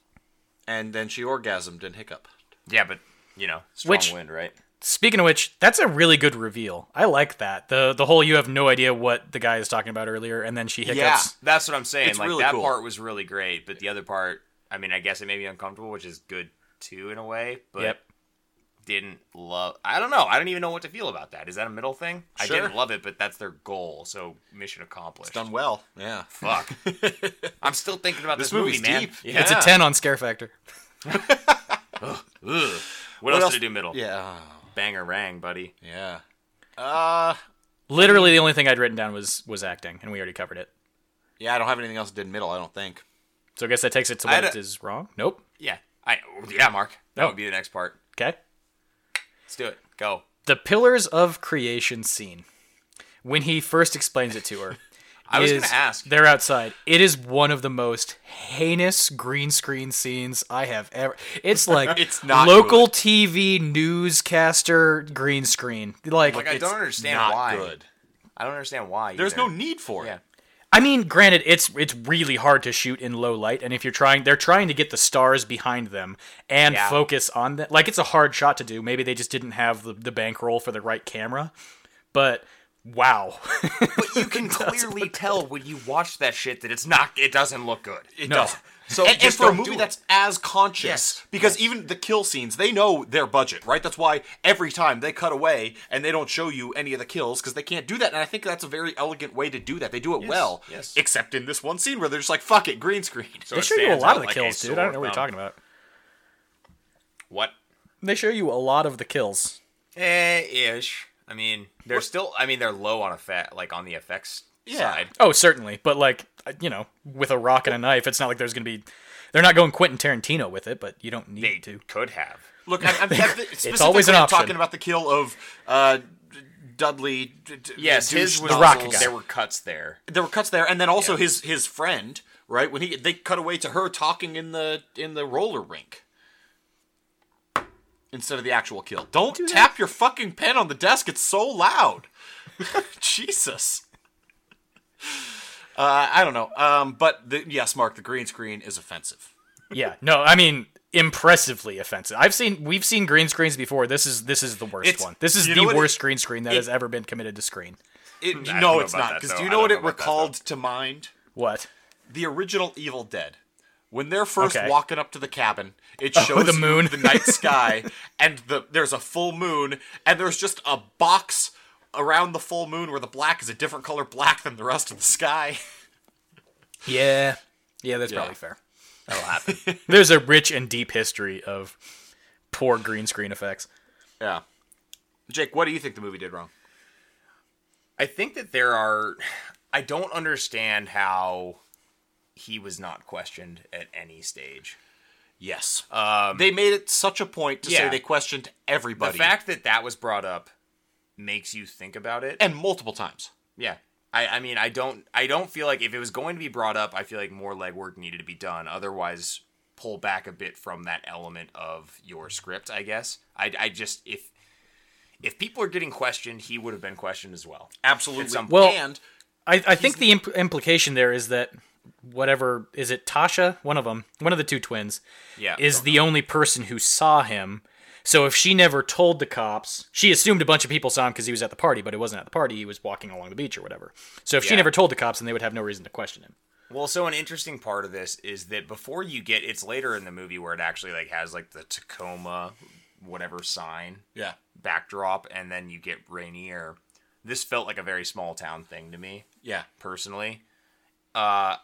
and then she orgasmed and hiccup. yeah, but you know, strong Which- wind, right? Speaking of which, that's a really good reveal. I like that. The the whole you have no idea what the guy is talking about earlier, and then she hiccups. Yeah. That's what I'm saying. It's like really that cool. part was really great, but the other part, I mean, I guess it made me uncomfortable, which is good too in a way, but Yep. didn't love. I don't know. I don't even know what to feel about that. Is that a middle thing? I Sure. didn't love it, but that's their goal. So mission accomplished. Done well. Yeah. [laughs] Fuck. I'm still thinking about this, movie's movie, man. deep. Yeah. It's a ten on scare factor. Ugh. What, else, did it do middle? Yeah. Banger rang, buddy. Yeah. Uh, Literally, the only thing I'd written down was was acting, and we already covered it. yeah, I don't have anything else that did middle, I don't think. So I guess that takes it to I what had a- is wrong. Nope. Yeah. I yeah, Mark. That Oh. would be the next part. Okay. Let's do it. Go. The pillars of creation scene. When he first explains it to her. I was is- gonna ask. They're outside. It is one of the most heinous green screen scenes I have ever. It's like [laughs] It's not local TV newscaster green screen. Like, Like I it's- don't understand Not why. good. I don't understand why. There's either. no need for it. Yeah. I mean, granted, it's it's really hard to shoot in low light, and if you're trying, they're trying to get the stars behind them and Yeah. focus on them. Like it's a hard shot to do. Maybe they just didn't have the, the bankroll for the right camera, but wow, [laughs] you [laughs] can clearly tell when you watch that shit that it's not. It doesn't look good. It No. doesn't. So And- and just for a don't movie do it. that's as conscious, Yes. because even the kill scenes, they know their budget, right? That's why every time they cut away and they don't show you any of the kills because they can't do that. And I think that's a very elegant way to do that. They do it well, yes. Except in this one scene where they're just like, "Fuck it, green screen." [laughs] So they it show you a stands lot out of the like a kills, dude. I don't know what you're sore talking about. What? They show you a lot of the kills. Eh, ish. I mean, they're still. I mean, they're low on effect, like on the effects Yeah. side. Oh, certainly, but like uh, you know, with a rock and a knife, it's not like there's gonna be. They're not going Quentin Tarantino with it, but you don't need They to. could have. look, [laughs] I'm, I'm, I'm specifically always an I'm option. talking about the kill of uh, Dudley. d- d- Yes, douche his was nozzles. rocket guy. There were cuts there. there were cuts there, and then also Yeah. his his friend, right? When he they cut away to her talking in the in the roller rink instead of the actual kill. Don't tap your fucking pen on the desk; it's so loud. [laughs] Jesus. Uh, I don't know, um, but the, yes, Mark, the green screen is offensive. Yeah, no, I mean impressively offensive. I've seen we've seen green screens before. This is this is the worst It's- one. This is you know the what it- worst green screen that it- has ever been committed to screen. It, don't no, know it's about not that, because though. do you I know don't what know it about that, though. recalled to mind? What? the original Evil Dead. When they're first Okay. walking up to the cabin, it shows the you moon. the night sky, and the there's a full moon, and there's just a box around the full moon where the black is a different color black than the rest of the sky. [laughs] Yeah, yeah, that's Yeah. probably fair. That'll happen. [laughs] There's a rich and deep history of poor green screen effects. Yeah. Jake, what do you think the movie did wrong? I think that there are. I don't understand how he was not questioned at any stage. Yes. Um, they made it such a point to say yeah. they questioned everybody. The fact that that was brought up makes you think about it. and multiple times. Yeah. I, I mean I don't I don't feel like if it was going to be brought up, I feel like more legwork needed to be done. Otherwise, pull back a bit from that element of your script, I guess. I, I just if if people are getting questioned, he would have been questioned as well. Absolutely. some- Well- and I, I think the imp- implication there is that whatever is it Tasha, one of them, one of the two twins, Yeah. is the only person who saw him. So if she never told the cops, she assumed a bunch of people saw him because he was at the party, but it wasn't at the party. He was walking along the beach or whatever. So if she Yeah. never told the cops, then they would have no reason to question him. Well, so an interesting part of this is that before you get it's later in the movie where it actually like has like the Tacoma whatever sign yeah. backdrop and then you get Rainier. This felt like a very small town thing to me. Yeah. personally. Uh,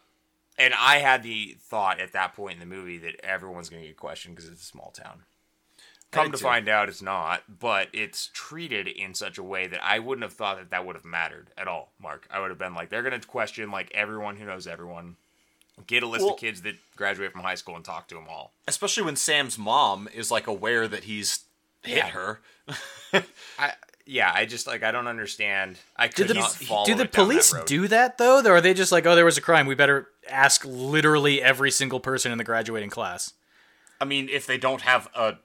and I had the thought at that point in the movie that everyone's going to get questioned because it's a small town. Come did to too. find out, it's not, but it's treated in such a way that I wouldn't have thought that that would have mattered at all, Mark. I would have been like, they're going to question like everyone who knows everyone. Get a list Well- of kids that graduate from high school and talk to them all. Especially when Sam's mom is like aware that he's hit Yeah. her. I yeah, I just like I don't understand. I could Did not the, follow do it the down that police road. do that though? Or are they just like, oh, there was a crime. We better ask literally every single person in the graduating class. I mean, if they don't have a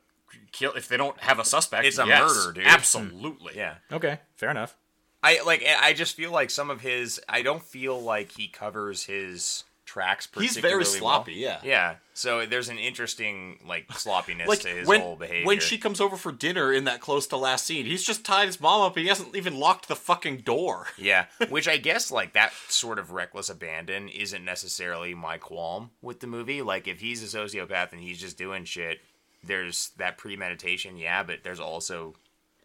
kill, if they don't have a suspect, It's a yes, murder, dude. Absolutely. Yeah. Okay, fair enough. I like. I I just feel like some of his. I don't feel like he covers his tracks. He's very Particularly sloppy, well. yeah. Yeah. So there's an interesting like sloppiness Like to his when whole behavior. when she comes over for dinner in that close to last scene, he's just tied his mom up. and He hasn't even locked the fucking [laughs] door. Yeah. Which I guess like that sort of reckless abandon isn't necessarily my qualm with the movie. Like if he's a sociopath and he's just doing shit, there's that premeditation. Yeah, but there's also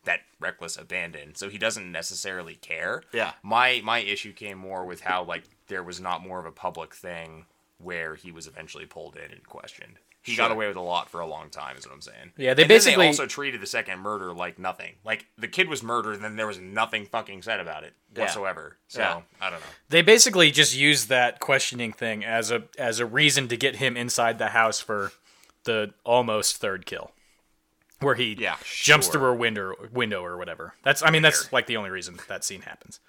that reckless abandon. So he doesn't necessarily care. Yeah. My my issue came more with how like there was not more of a public thing where he was eventually pulled in and questioned. He got away with a lot for a long time, is what I'm saying. Yeah, they And then basically- also treated the second murder like nothing. Like the kid was murdered, and then there was nothing fucking said about it whatsoever. So Yeah. I don't know. They basically just used that questioning thing as a as a reason to get him inside the house for the almost third kill, where he Yeah, jumps sure. through a window window or whatever. That's I mean that's like the only reason that scene happens.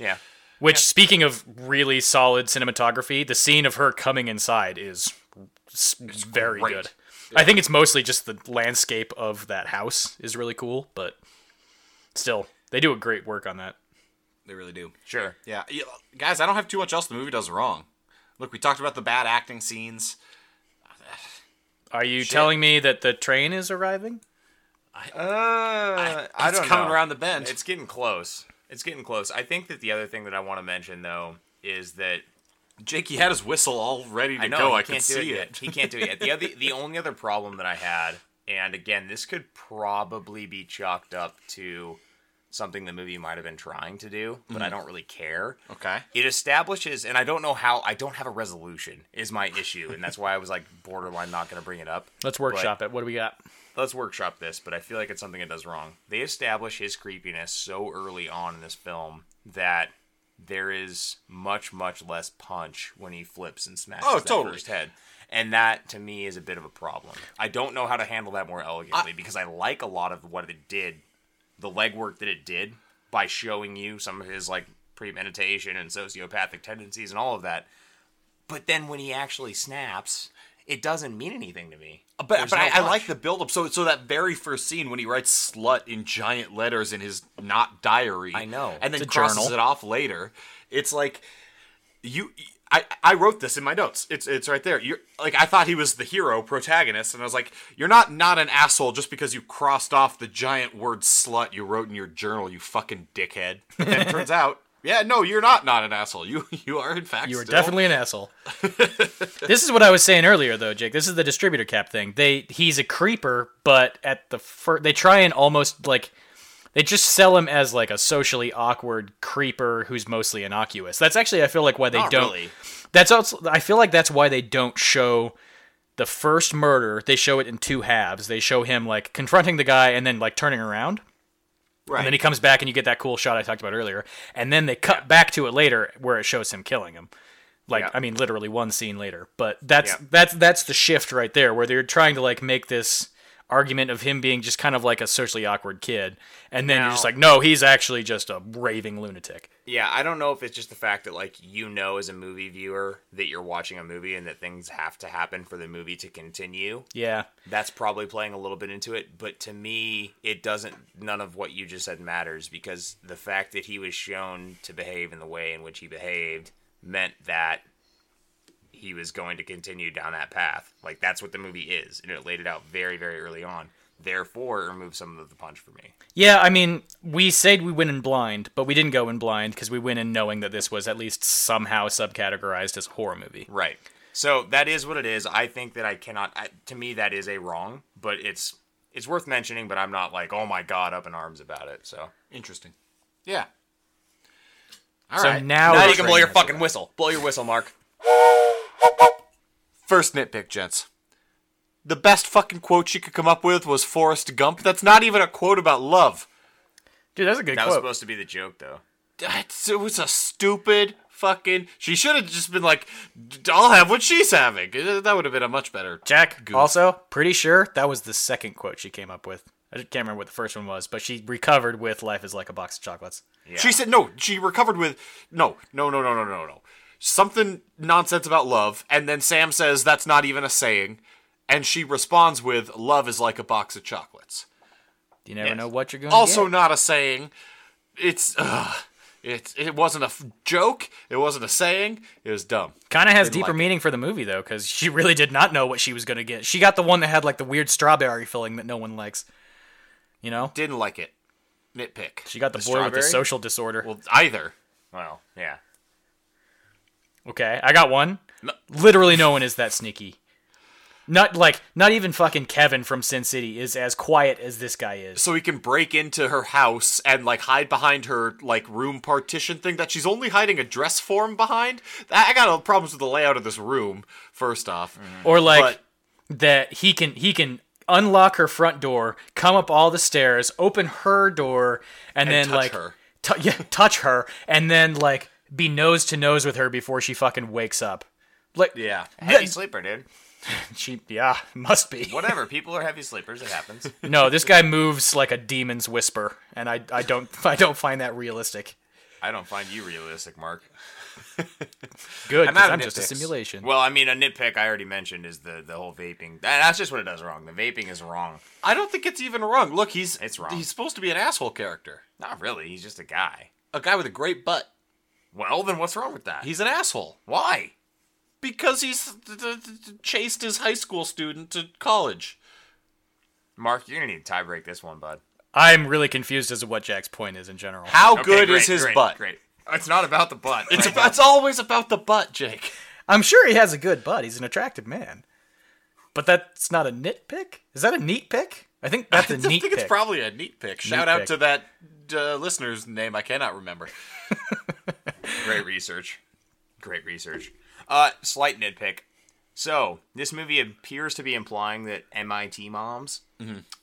Yeah, Which speaking of really solid cinematography, the scene of her coming inside is s- very great. good. I think it's mostly just the landscape of that house is really cool, but still they do a great work on that. They really do. sure. Yeah, yeah, guys, I don't have too much else the movie does wrong. Look, we talked about the bad acting scenes. Are you telling me that the train is arriving? Uh, I it's don't coming know. around the bend. It's getting close. It's getting close. I think that the other thing that I want to mention though is that Jake, he had his whistle all ready to I know go. he I can't can do see it, yet. He can't do it yet. The other, the only other problem that I had, and again, this could probably be chalked up to something the movie might have been trying to do, but Mm-hmm. I don't really care. Okay. It establishes, and I don't know how. I don't have a resolution. Is my issue, and that's why I was like borderline not going to bring it up. Let's workshop it. What do we got? let's workshop this, but I feel like it's something it does wrong. They establish his creepiness so early on in this film that there is much, much less punch when he flips and smashes Oh, that totally. first head. And that to me is a bit of a problem. I don't know how to handle that more elegantly because I like a lot of what it did, the legwork that it did by showing you some of his like premeditation and sociopathic tendencies and all of that. But then when he actually snaps, it doesn't mean anything to me. But, There's but no I, I punch. like the buildup. So so that very first scene when he writes "slut" in giant letters in his not diary. I know. and then It's a crosses journal. it off later. It's like you. I, I wrote this in my notes. It's it's right there. You're like I thought he was the hero protagonist, and I was like, you're not not an asshole just because you crossed off the giant word "slut" you wrote in your journal. You fucking dickhead. And it turns out, [laughs] yeah, no, you're not not an asshole. You you are in fact. You were still- definitely an [laughs] asshole. this is what I was saying earlier, though, Jake. This is the distributor cap thing. They he's a creeper, but at the first, they try and almost like they just sell him as like a socially awkward creeper who's mostly innocuous. That's actually I feel like why they Not don't. really. That's also I feel like that's why they don't show the first murder. They show it in two halves. They show him like confronting the guy and then like turning around. right. And then he comes back and you get that cool shot I talked about earlier. And then they cut back to it later where it shows him killing him. Like Yeah. I mean literally one scene later. But that's Yeah. that's that's the shift right there where they're trying to like make this argument of him being just kind of like a socially awkward kid and then you're just Now- like no he's actually just a raving lunatic. Yeah, I don't know if it's just the fact that like you know as a movie viewer that you're watching a movie and that things have to happen for the movie to continue. Yeah. That's probably playing a little bit into it, but to me it doesn't none of what you just said matters because the fact that he was shown to behave in the way in which he behaved meant that he was going to continue down that path. Like that's what the movie is, and it laid it out very very early on. Therefore, it removed some of the punch for me. Yeah, I mean, we said we went in blind, but we didn't go in blind because we went in knowing that this was at least somehow subcategorized as a horror movie. Right. So that is what it is. I think that I cannot. I, to me, that is a wrong, but it's it's worth mentioning. But I'm not like, oh my god, up in arms about it. So Interesting. Yeah. All right. so now, now the you can blow train your has fucking whistle. Blow your whistle, Mark. First nitpick, gents. The best fucking quote she could come up with was Forrest Gump. That's not even a quote about love. Dude, that's a good That was quote. supposed to be the joke, though. That's, it was a stupid fucking. She should have just been like, "I'll have what she's having." Uh, That would have been a much better. Jack, goof. also, pretty sure that was the second quote she came up with. I just can't remember what the first one was, but she recovered with "Life is like a box of chocolates." She said no. She recovered with no, no, no, no, no, no, no. Something nonsense about love, and then Sam says that's not even a saying, and she responds with, "Love is like a box of chocolates." You never Yes. know what you're going. also to not a saying. It's uh, it it wasn't a f- joke. It wasn't a saying. It was dumb. kind of has deeper like it. meaning for the movie though, because she really did not know what she was going to get. She got the one that had like the weird strawberry filling that no one likes. You know, Didn't like it. Nitpick. she got the, The boy with the strawberry? social disorder. Well, either. Well, yeah. okay, I got one. Literally, no one is that sneaky. Not like not even fucking Kevin from Sin City is as quiet as this guy is. So he can break into her house and like hide behind her like room partition thing that she's only hiding a dress Mm-hmm. form behind. I I got problems with the layout of this room. First off, Or like but that he can he can unlock her front door, come up all the stairs, open her door, and, then touch like her. tou- yeah, touch her, and then like be nose to nose with her before she fucking wakes up. Like Yeah. Heavy sleeper, dude. she yeah [laughs] must be. Whatever. People are heavy sleepers. It happens. [laughs] No, this guy moves like a demon's whisper, and I I don't [laughs] I don't find that realistic. I don't find you realistic, Mark. Good, I'm 'cause out I'm of just a nitpicks. simulation. Well, I mean, a nitpick I already mentioned is the the whole vaping. That- that's just what it does wrong. The vaping is wrong. I don't think it's even wrong. Look, he's It's wrong. He's supposed to be an asshole character, Not really. He's just a guy. a guy with a great butt. Well, then what's wrong with that? He's an asshole why? because he's th- th- th- chased his high school student to college. Mark, you're gonna need to tie break this one, bud. I'm really confused as to what Jack's point is in general. How Okay, good great, is his great, butt? Great. It's not about the butt. It's Like, about, it's always about the butt, Jake. I'm sure he has a good butt. He's an attractive man. But that's not a nitpick? Is that a neat pick? I think that's a [laughs] I think neat pick. it's probably a neat pick. Shout Neat out pick. to that uh, listener's name I cannot remember. Great research. Great research. Uh, slight nitpick. So this movie appears to be implying that MIT moms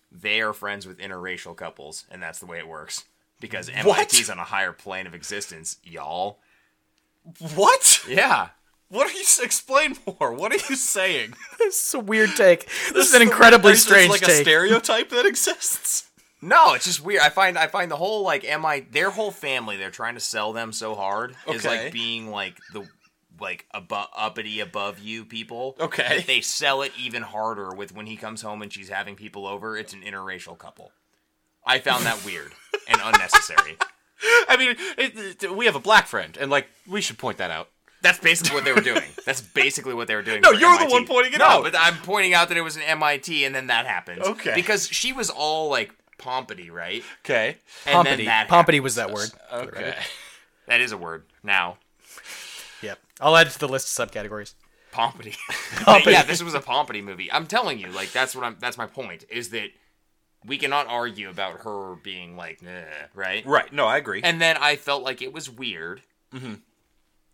they are friends with interracial couples, and that's the way it works because MIT's on a higher plane of existence, y'all. What? Yeah. What are you? s- Explain more. What are you saying? this is a weird [laughs] take. This, is an the- incredibly is this strange like a take. stereotype that exists. No, it's just weird. I find I find the whole like MI their whole family they're trying to sell them so hard is Okay. like being like the like above uppity above you people. Okay. That they sell it even harder with when he comes home and she's having people over. It's an interracial couple. I found that weird and unnecessary. I mean, it, it- we have a black friend, and like we should point that out. [laughs] That's basically what they were doing. That's basically what they were doing. No, for you're the MIT. one pointing it no, out. but I'm pointing out that it was an MIT, and then that happens. Okay. Because she was all like pompity, right? Okay. And then Pompity. that Pompity was that word. Okay. happened. That is a word now. Yep. I'll add it to the list of subcategories. Pompity. Pompity. yeah, this was a Pompity movie. I'm telling you, like that's what I'm. That's my point. Is that we cannot argue about her being like, "Nah," right? Right. No, I agree. And then I felt like it was weird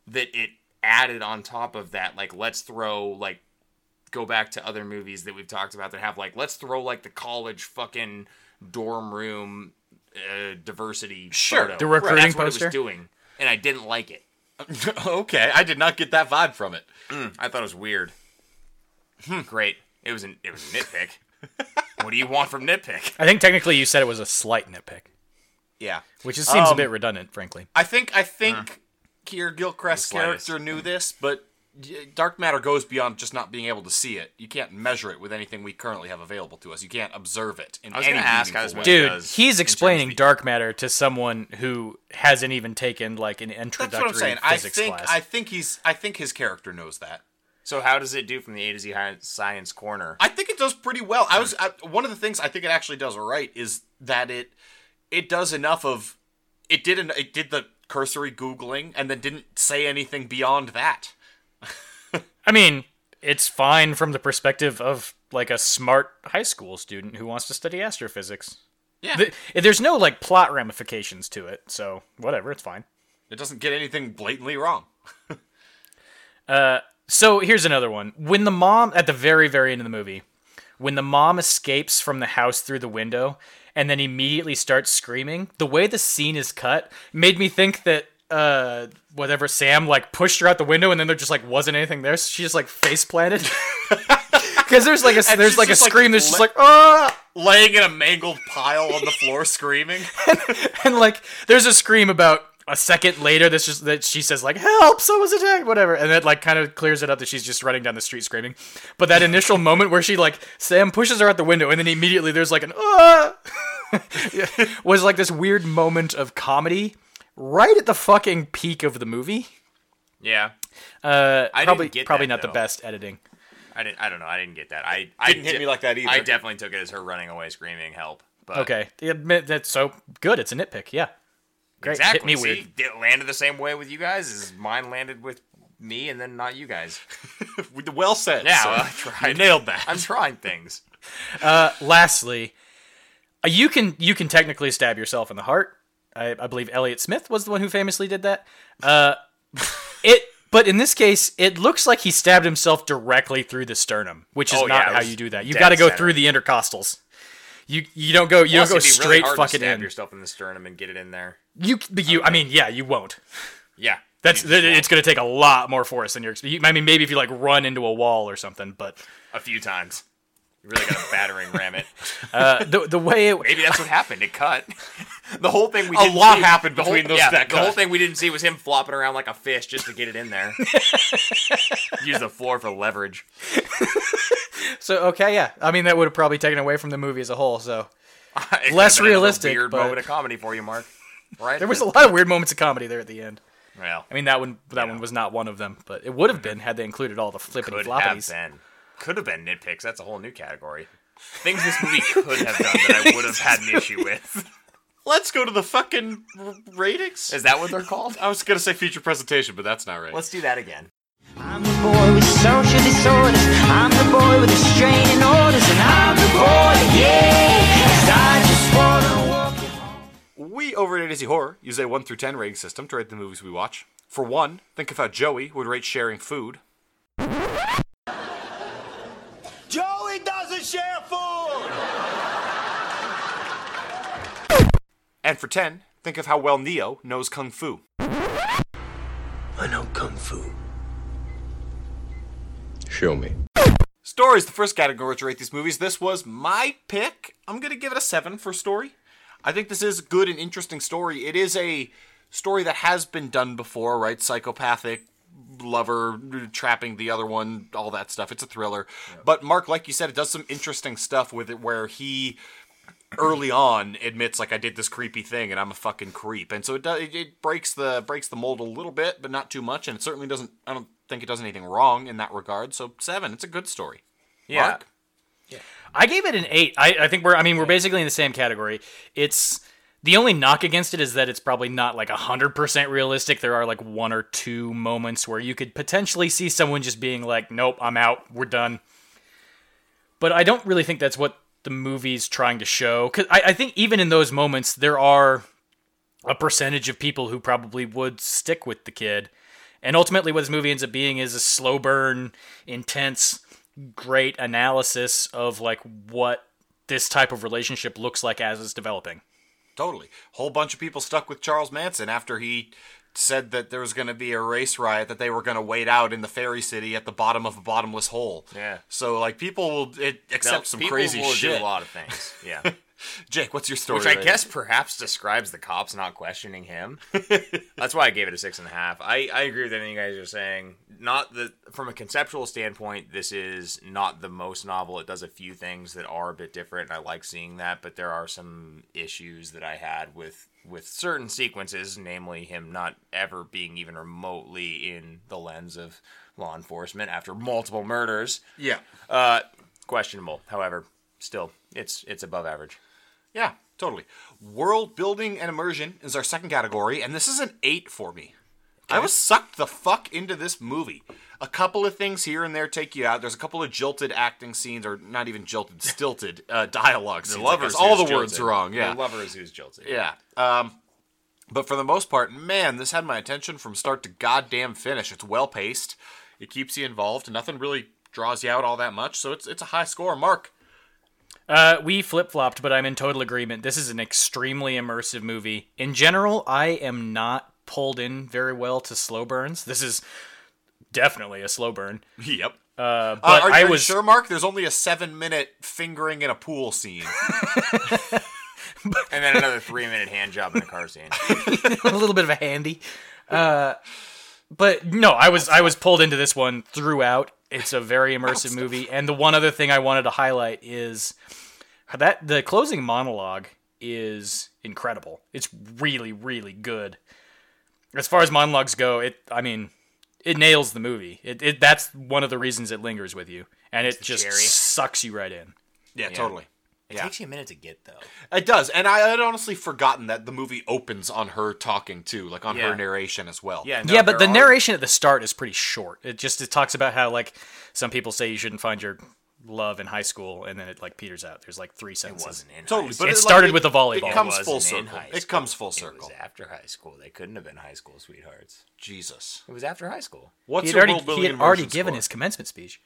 that it added on top of that. Like, let's throw like go back to other movies that we've talked about that have like let's throw like the college fucking dorm room uh, diversity. Sure, photo. the recruiting That's what it poster. was doing, and I didn't like it. [laughs] okay. I did not get that vibe from it. I thought it was weird. Hmm, Great. It was an it was a nitpick. what do you want from nitpick? I think technically you said it was a slight nitpick, Yeah. which just seems a Um, bit redundant, frankly. I think I think Kier Gilchrist's slightest. character knew this, but y- dark matter goes beyond just not being able to see it. You can't measure it with anything we currently have available to us. You can't observe it in I was any gonna ask how this meaningful way. movie Dude, does in terms he's of explaining the- dark matter to someone who hasn't even taken like an introductory That's what I'm saying. E I physics think class. I think he's I think his character knows that. So how does it do from the A to Z hi- science corner? I think it does pretty well. I was I, one of the things I think it actually does right is that it it does enough of it didn't it did the cursory googling and then didn't say anything beyond that. I mean, it's fine from the perspective of like a smart high school student who wants to study astrophysics. Yeah. Th- There's no like plot ramifications to it, so whatever, it's fine. It doesn't get anything blatantly wrong. So here's another one. When the mom at the very very end of the movie, when the mom escapes from the house through the window and then immediately starts screaming, the way the scene is cut made me think that uh whatever Sam like pushed her out the window and then there just like wasn't anything there. So she just like face planted. [laughs] Cuz there's like a And there's she's like a just, like, scream there's just le- like ah Laying in a mangled pile on the floor [laughs] screaming. [laughs] and like there's a scream about a second later that's just that she says like help someone's attacked whatever and that like kind of clears it up that she's just running down the street screaming but that initial moment where she like sam pushes her out the window and then immediately there's like an ah! [laughs] was like this weird moment of comedy right at the fucking peak of the movie Yeah. uh I didn't probably get probably that, not the though. best editing I didn't I don't know, I didn't get that. I I Didn't hit me like that either. I definitely took it as her running away screaming help. But okay Yeah, ma- that's so good it's a nitpick yeah great Exactly. hit me See, weird It landed the same way with you guys as mine landed with me and then not you [laughs] guys. well said. Yeah, sir. well, I tried. You nailed that. I'm trying things. lastly, uh, you can you can technically stab yourself in the heart. I, I believe Elliot Smith was the one who famously did that. Uh, [laughs] it, But in this case, it looks like he stabbed himself directly through the sternum, which is Oh, yeah, not it how was you do that. You've dead got to go center. through the intercostals. You you don't go you Plus, don't go it'd be really straight hard to fucking stab in. yourself in the sternum and get it in there. You but you I mean yeah you won't. Yeah, That's You just th- won't. it's going to take a lot more force than your. exp- you- I mean maybe if you like run into a wall or something, but a few times. You really got a battering ram it. uh, the the way it, Maybe that's what happened. [laughs] It cut. [laughs] The whole thing we A didn't lot see- happened the whole- between those- yeah, that the whole cut. thing we didn't see was him flopping around like a fish just to get it [laughs] in there. Use the floor for leverage. [laughs] so okay yeah I mean that would have probably taken away from the movie as a whole. So [laughs] It could've Less been another realistic, Weird but- moment of comedy for you, Mark. Right? there was a lot of weird moments of comedy there at the end. Well, I mean that one that one was not one of them, but it would have been had they included all the flippity could have floppities. been. Could have been nitpicks. That's a whole new category. Things this movie could have done that I would have had an issue with. [laughs] Let's go to the fucking r- ratings. Is that what they're called? I was gonna say feature presentation, but that's not right. Let's do that again. I'm the boy with social disorders. I'm the boy with restraining orders. And I'm the boy, yeah. 'cause I just wanna walk it home. We over at A to Z Horror use a 1 through 10 rating system to rate the movies we watch. For 1, think of how Joey would rate sharing food. Joey doesn't share food. And for 10, think of how well Neo knows Kung Fu. I know kung fu. Show me. Story is the first category to rate these movies. This was my pick. I'm going to give it a 7 for story. I think this is a good and interesting story. It is a story that has been done before, right? Psychopathic lover trapping the other one, all that stuff. It's a thriller. But Mark, like you said, it does some interesting stuff with it where he early on admits like I did this creepy thing and I'm a fucking creep. And so it does, it, it breaks the breaks the mold a little bit, but not too much and it certainly doesn't I don't think it does anything wrong in that regard. So 7, it's a good story. Yeah. Mark? I gave it an eight. I, I think we're. I mean, we're basically in the same category. It's the only knock against it is that it's probably not like hundred percent realistic. There are like one or two moments where you could potentially see someone just being like, "Nope, I'm out. We're done." But I don't really think that's what the movie's trying to show. Because I, I think even in those moments, there are a percentage of people who probably would stick with the kid. And ultimately, what this movie ends up being is a slow burn, intense great analysis of like what this type of relationship looks like as it's developing. Totally. Whole bunch of people stuck with Charles Manson after he said that there was going to be a race riot that they were going to wait out in the fairy city at the bottom of a bottomless hole. Yeah. So like people will it, accept Now, some people crazy will shit. Do a lot of things. [laughs] Yeah. Jake, what's your story? Which I rating? guess perhaps describes the cops not questioning him. [laughs] That's why I gave it a six and a half. I, I agree with anything you guys are saying. Not that from a conceptual standpoint, this is not the most novel. It does a few things that are a bit different, and I like seeing that. But there are some issues that I had with with certain sequences, namely him not ever being even remotely in the lens of law enforcement after multiple murders. Yeah. Uh, questionable, however, still it's it's above average. Yeah, totally. World building and immersion is our second category, and this is an eight for me. I was sucked the fuck into this movie. A couple of things here and there take you out. There's a couple of jilted acting scenes, or not even [laughs] jilted, stilted uh, dialogue scenes. I guess. all the who's words jilted. wrong. Yeah, The lover is who's jilted. yeah. Um, but for the most part, man, this had my attention from start to goddamn finish. It's well paced. It keeps you involved. Nothing really draws you out all that much. So it's it's a high score, Mark. Uh, we flip flopped, but I'm in total agreement. This is an extremely immersive movie. In general, I am not pulled in very well to slow burns. This is definitely a slow burn. Yep. Uh, Uh, but are, I you was sure, Mark? There's only a seven minute fingering in a pool scene. And then another three minute hand job in a car [laughs] scene. [laughs] a little bit of a handy. Uh, but no, I was I was pulled into this one throughout. It's a very immersive movie, and the one other thing I wanted to highlight is that the closing monologue is incredible. It's really really good. As far as monologues go, it I mean, it nails the movie. It, it that's one of the reasons it lingers with you, and it just cherry. sucks you right in. yeah, totally. It takes you a minute to get though. It does, and I had honestly forgotten that the movie opens on her talking too, like on Yeah. her narration as well. no, yeah, but the there are- narration at the start is pretty short. It just it talks about how like some people say you shouldn't find your love in high school, and then it like peters out. There's like three sentences. wasn't [laughs] in Totally, high but school. It like, started with the volleyball. It comes wasn't full in circle. high It school. comes full It circle. was after high school. They couldn't have been high school sweethearts. Jesus, It was after high school. what's He had your already, world building he had and already immersion given score? his commencement speech.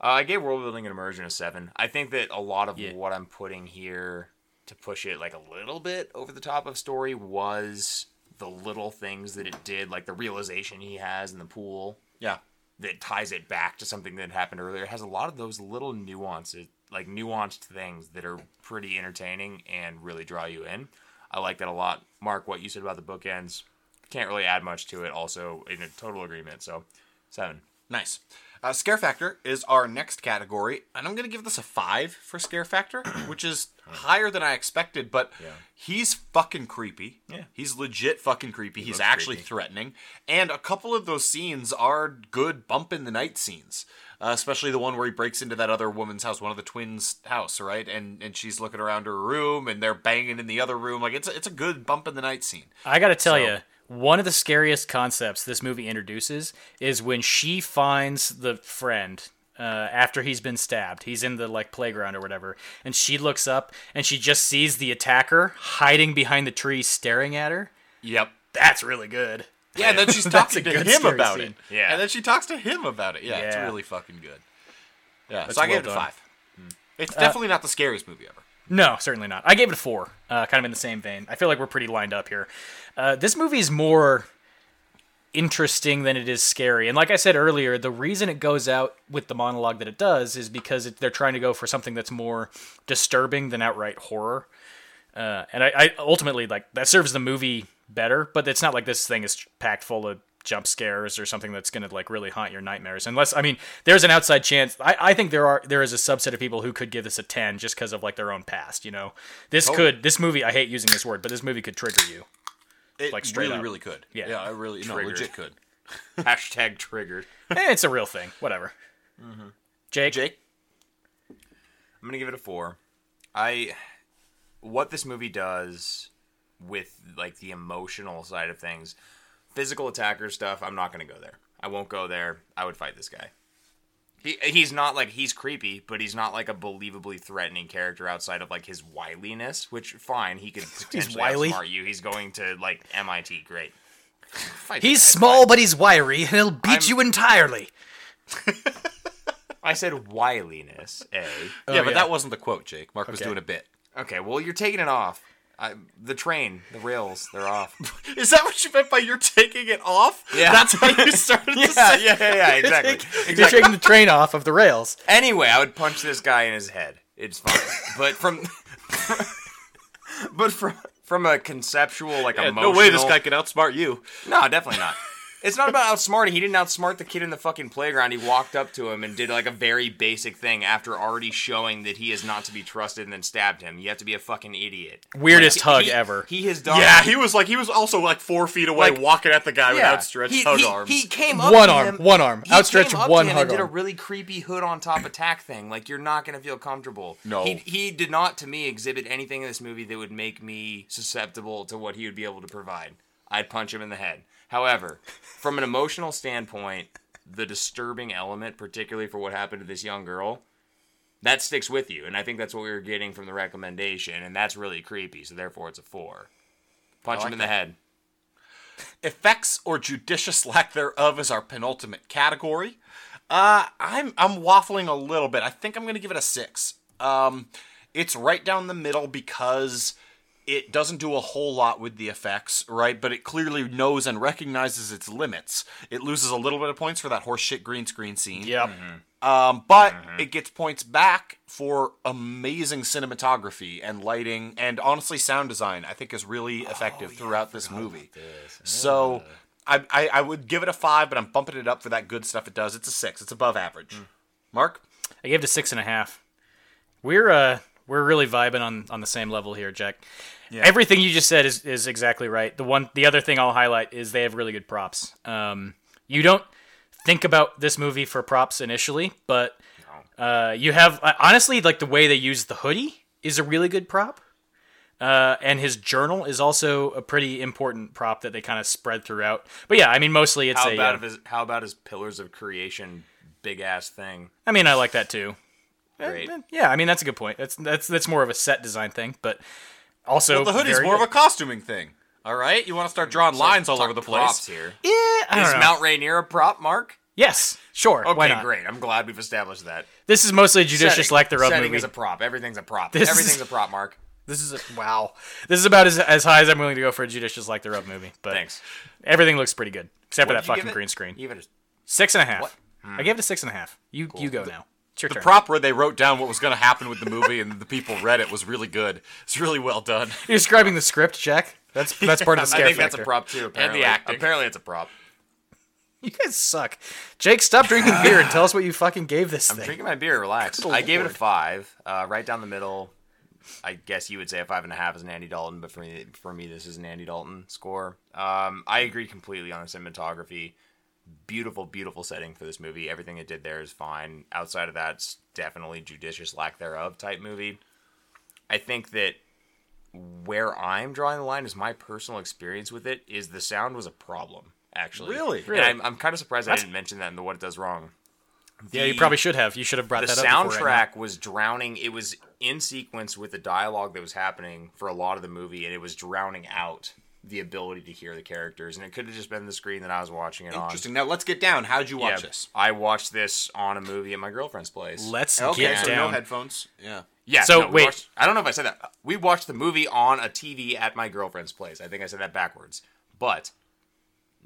Uh, I gave world building and immersion a seven. I think that a lot of Yeah. what I'm putting here to push it like a little bit over the top of story was the little things that it did, like the realization he has in the pool Yeah, that ties it back to something that happened earlier. It has a lot of those little nuances, like nuanced things that are pretty entertaining and really draw you in. I like that a lot. Mark, what you said about the bookends, can't really add much to it. Also, in a total agreement. So, seven. [laughs] Nice. Uh, scare factor is our next category, and I'm going to give this a five for scare [clears throat] factor, which is higher than I expected. But he's fucking creepy. Yeah. he's legit fucking creepy. he's looks actually creepy. threatening, and a couple of those scenes are good bump in the night scenes. Uh, especially the one where he breaks into that other woman's house, one of the twins' house, right? And and she's looking around her room, and they're banging in the other room. Like it's a, it's a good bump in the night scene. I gotta tell you, one of the scariest concepts this movie introduces is when she finds the friend uh, after he's been stabbed. He's in the like playground or whatever, and she looks up and she just sees the attacker hiding behind the tree, staring at her. Yep. That's really good. Yeah, and then [laughs] she's That's talking a to good him scary about scene. it. Yeah. And then she talks to him about it. Yeah, it's Yeah. really fucking good. Yeah, so I well gave it done. a Hmm. Uh, five. It's definitely not the scariest movie ever. No, certainly not. I gave it a four, uh, kind of in the same vein. I feel like we're pretty lined up here. Uh, this movie is more interesting than it is scary. And like I said earlier, the reason it goes out with the monologue that it does is because it, they're trying to go for something that's more disturbing than outright horror. Uh, and I, I ultimately like that serves the movie better, but it's not like this thing is packed full of jump scares or something that's going to like really haunt your nightmares. Unless I mean, there's an outside chance. I, I think there are there is a subset of people who could give this a ten just because of like their own past. You know, this could this movie. I hate using this word, but this movie could trigger [laughs] you. It Like, straight really, up. really could. Yeah. yeah, it really, no, Triggered. legit could. Hashtag triggered. Eh, it's a real thing. Whatever. Mm-hmm. Jake, Jake, I'm gonna give it a four. I what this movie does with like the emotional side of things, physical attacker stuff. I'm not gonna go there. I won't go there. I would fight this guy. He, he's not like he's creepy, but he's not like a believably threatening character outside of like his wiliness. Which fine, he could potentially wily? outsmart you. He's going to like MIT. Great. Fight he's this guy. small but he's wiry, and he'll beat I'm- you entirely. I said wiliness. A. yeah, but that wasn't the quote. Jake, Mark Oh, was Okay. doing a bit. Okay. Well, you're taking it off. I, the train, the rails, they're off. Is that what you meant by you're taking it off? Yeah. that's how [laughs] you started. to yeah, say. yeah, yeah, yeah, exactly. You're exactly. taking the train off of the [laughs] rails. Anyway, I would punch this guy in his head. It's fine. But from, [laughs] but from from a conceptual like Yeah, emotional. no way, this guy could outsmart you. No, definitely not. It's not about outsmarting. He didn't outsmart the kid in the fucking playground. He walked up to him and did like a very basic thing after already showing that he is not to be trusted and then stabbed him. You have to be a fucking idiot. Weirdest hug He- ever. He has done. Yeah, he was like he was also like four feet away, Like- walking at the guy with Yeah. outstretched he, hug he, arms. He came up One to arm, him- one arm. he Outstretched came up to one him hug and did a arm. really creepy hood on top attack thing. Like you're not gonna feel comfortable. No. he, he did not to me exhibit anything in this movie that would make me susceptible to what he would be able to provide. I'd punch him in the head. However, from an emotional standpoint, the disturbing element, particularly for what happened to this young girl, that sticks with you, and I think that's what we were getting from the recommendation, and that's really creepy. So therefore, it's a four. Punch him in the head. effects or judicious [laughs] lack thereof is our penultimate category. Uh, I'm I'm waffling a little bit. I think I'm gonna give it a six. Um, it's right down the middle because it doesn't do a whole lot with the effects, right? But it clearly knows and recognizes its limits. It loses a little bit of points for that horseshit green screen scene. Yep. Um, but it gets points back for amazing cinematography and lighting, and honestly, sound design. I think is really effective throughout this movie. So I, I I would give it a five, but I'm bumping it up for that good stuff it does. It's a six. It's above average. Mark, I gave it a six and a half. We're uh we're really vibing on on the same level here, Jack. Everything you just said is is exactly right. The one the other thing I'll highlight is they have really good props. Um, you don't think about this movie for props initially, but uh, you have uh, honestly like the way they use the hoodie is a really good prop. Uh, and his journal is also a pretty important prop that they kind of spread throughout. But yeah, I mean, mostly it's How a. about uh, if his how about his pillars of creation big ass thing? I mean, I like that too. Great. Eh, Yeah, I mean that's a good point. That's that's that's more of a set design thing, but also The hoodie's very more of good. a costuming thing. All right, you want to start drawing lines all Talk over the props place. here. Yeah, I don't Is know. Mount Rainier a prop, Mark? yes, sure. Okay, why not? great. I'm glad we've established that. This is mostly a judicious Setting- lack thereof Setting movie. is a prop. Everything's a prop. This is- Everything's a prop, Mark. This is a, wow. This is about as, as high as I'm willing to go for a judicious like the rub movie. But Thanks. everything looks pretty good except for that What'd you give fucking it? green screen. You better- Six and a half. I gave it a six and a half. You you go now. It's your The turn. prop where they wrote down what was going to happen with the movie and the people read it was really good. It's really well done. You're describing the script, Jack. [laughs] That's that's part of the I scare think factor. that's a prop too. Apparently. acting. Apparently, it's a prop. You guys suck. Jake, stop drinking beer and tell us what you fucking gave this I'm thing. drinking my beer. Relax. I gave it a five, uh, right down the middle. I guess you would say a five and a half is an Andy Dalton, but for me, for me, this is an Andy Dalton score. Um, I agree completely on the cinematography. Beautiful, beautiful setting for this movie. Everything it did there is fine. Outside of that, it's definitely judicious lack thereof type movie. I think that where I'm drawing the line is my personal experience with it is the sound was a problem actually. Really? And I'm, I'm kind of surprised I didn't mention that in the what it does wrong. yeah, you The- probably should have. You should have brought the that up. before right now. soundtrack was drowning it was in sequence with the dialogue that was happening for a lot of the movie and it was drowning out the ability to hear the characters and it could have just been the screen that i was watching it Interesting. Now let's get down. How did you on watch Yeah, this? i watched this on a movie at my girlfriend's place Let's Okay, get so no down. headphones. Yeah. yeah so, no, we wait. watched- i don't know if i said that we watched the movie on a tv at my girlfriend's place i think i said that backwards but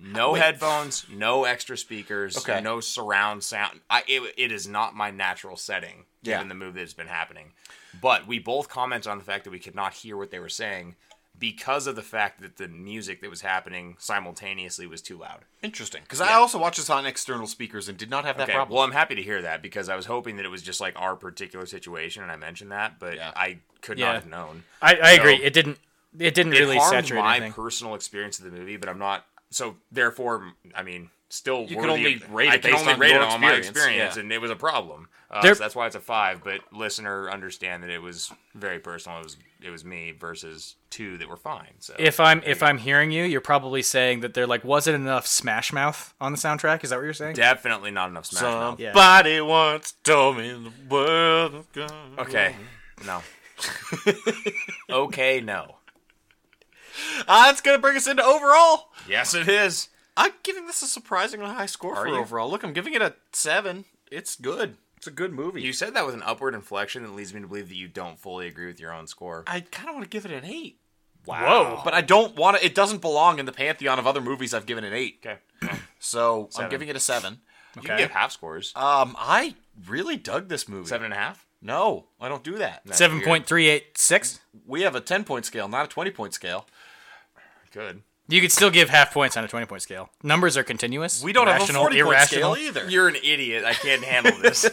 no headphones no extra speakers Okay. no surround sound I, it, it is not my natural setting Yeah. given the movie that's been happening but we both commented on the fact that we could not hear what they were saying because of the fact that the music that was happening simultaneously was too loud Interesting. Because I also watched this on external speakers and did not have that Okay. problem. Well, I'm happy to hear that because I was hoping that it was just like our particular situation, and I mentioned that, but Yeah. I could Yeah. not have known. I, I agree. So- it didn't. It didn't really it harmed saturate my anything. personal experience of the movie, but I'm not. So therefore, I mean, still You worthy can only of- rate I it can based only on rate your it on my experience, experience, yeah. and it was a problem. Uh, There- so that's why it's a five. But listener, understand that it was very personal. It was it was me versus two that were fine. So If I'm if I'm hearing you, you're probably saying that there like wasn't enough Smash Mouth on the soundtrack. Is that what you're saying? definitely not enough smash. Mouth. Somebody once told me the world of God. Okay, no. okay, no. [laughs] Ah, that's going to bring us into overall. Yes, it is. I'm giving this a surprisingly high score for you? overall. Look, I'm giving it a seven. It's good. It's a good movie. You said that with an upward inflection that leads me to believe that you don't fully agree with your own score. I kind of want to give it an eight, Wow. but I don't want to. It doesn't belong in the pantheon of other movies I've given an eight. okay. [clears throat] So i I'm Seven. giving it a seven. You can give half scores. Um, I really dug this movie. Seven and a half. No, I don't do that. That's Seven weird. point three eight six. We have a ten point scale, not a twenty point scale. Good. You could still give half points on a twenty point scale. Numbers are continuous. We don't rational, have a forty irrational. point scale either. You're an idiot. I can't handle this.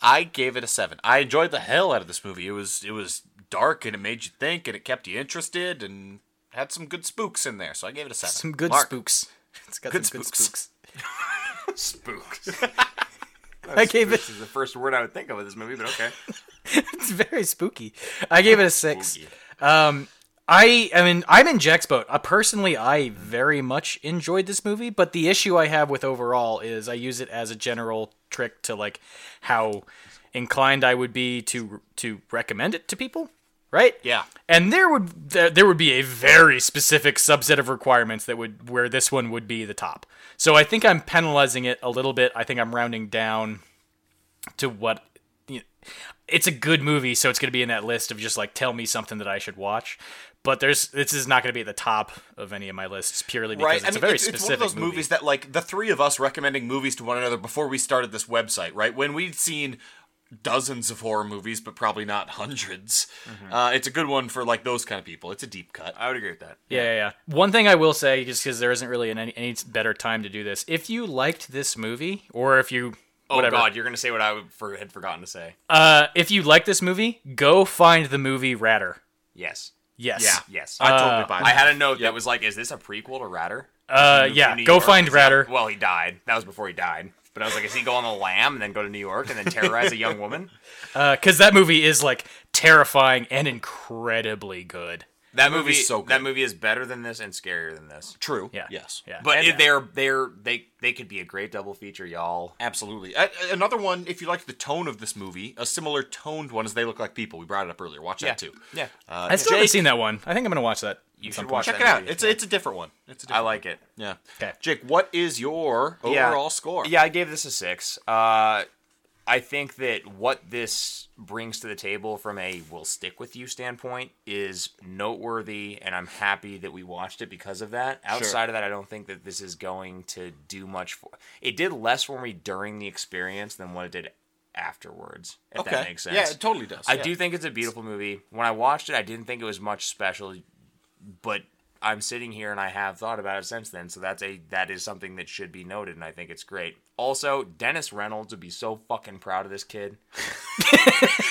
I gave it a seven. I enjoyed the hell out of this movie. It was it was dark and it made you think and it kept you interested and had some good spooks in there. So I gave it a seven. Some good Mark, spooks. [laughs] It's got Good some good spooks. spooks. Spooks. I gave it. This is the first word I would think of in this movie, but okay. [laughs] It's very spooky. I gave it a six. Um, I I mean I'm in Jack's boat. Uh, personally, I very much enjoyed this movie, but the issue I have with overall is I use it as a general trick to like how inclined I would be to to recommend it to people, right? Yeah. And there would there, there would be a very specific subset of requirements that would where this one would be the top. So I think I'm penalizing it a little bit. I think I'm rounding down to what you know, it's a good movie, so it's going to be in that list of just like tell me something that I should watch. But there's this is not going to be at the top of any of my lists purely because Right, it's I mean, a very it's, specific it's one of those movie. movies that, like, the three of us recommending movies to one another before we started this website, right? When we'd seen dozens of horror movies, but probably not 100s Mm-hmm. uh, it's a good one for like those kind of people. It's a deep cut. I would agree with that. Yeah, yeah, yeah. One thing I will say, just because there isn't really an, any, any better time to do this, if you liked this movie, or if you Oh whatever, God, you're gonna say what I would, for, had forgotten to say. Uh, if you like this movie, go find the movie Ratter. yes. Yes. Yes. I totally buy I that. had a note that was like, "Is this a prequel to Ratter?" Uh, Moved to yeah. New Go York. find Is he- Ratter. well, he died. That was before he died. But I was like, "Is he going on the lam and then go to New York and then terrorize a young woman?" uh, because that movie is like terrifying and incredibly good. that movie movie's so good. that movie is better than this and scarier than this. True. Yeah. Yes. Yeah. But And- it- they're they're they they could be a great double feature, y'all. Absolutely. A- a- Another one, if you like the tone of this movie, a similar toned one is "They Look Like People." We brought it up earlier. Watch that too. Uh, Yeah. I still haven't seen that one. I think I'm gonna watch that. Uh, you at some should point. watch Check that it out. movie. It's it's a different one. It's a I different like it. One. Yeah. 'Kay. Jake, what is your Yeah. overall score? Yeah, I gave this a six. Uh, I think that what this brings to the table from a will stick with you standpoint is noteworthy, and I'm happy that we watched it because of that. Outside of that, I don't think that this is going to do much for it. Did less for me during the experience than what it did afterwards, if Okay. that makes sense. Yeah, it totally does. I Yeah. do think it's a beautiful movie. When I watched it, I didn't think it was much special, but I'm sitting here and I have thought about it since then. So that's a that is something that should be noted, and I think it's great. Also, Dennis Reynolds would be so fucking proud of this kid.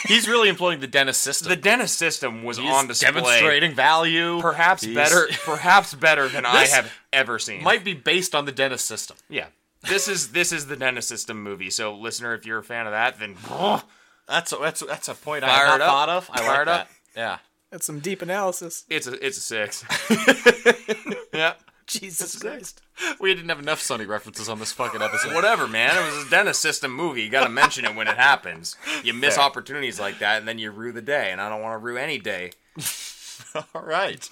He's really employing the dentist system. The Dennis system was He's on display, demonstrating value. perhaps He's- [laughs] better, perhaps better than I This have ever seen. might be based on the dentist system. yeah, this is this is the Dennis system movie. So, listener, if you're a fan of that, then [laughs] That's a, that's a- that's a point I Fired had not up. thought of. I Fired like up. that. Yeah. That's some deep analysis. it's a it's a six. Yeah. Jesus Christ. We didn't have enough Sunny references on this fucking episode. Whatever, man. It was a dentist system movie. You got to mention it when it happens. You miss Fair. opportunities like that, and then you rue the day. And I don't want to rue any day. [laughs] All right,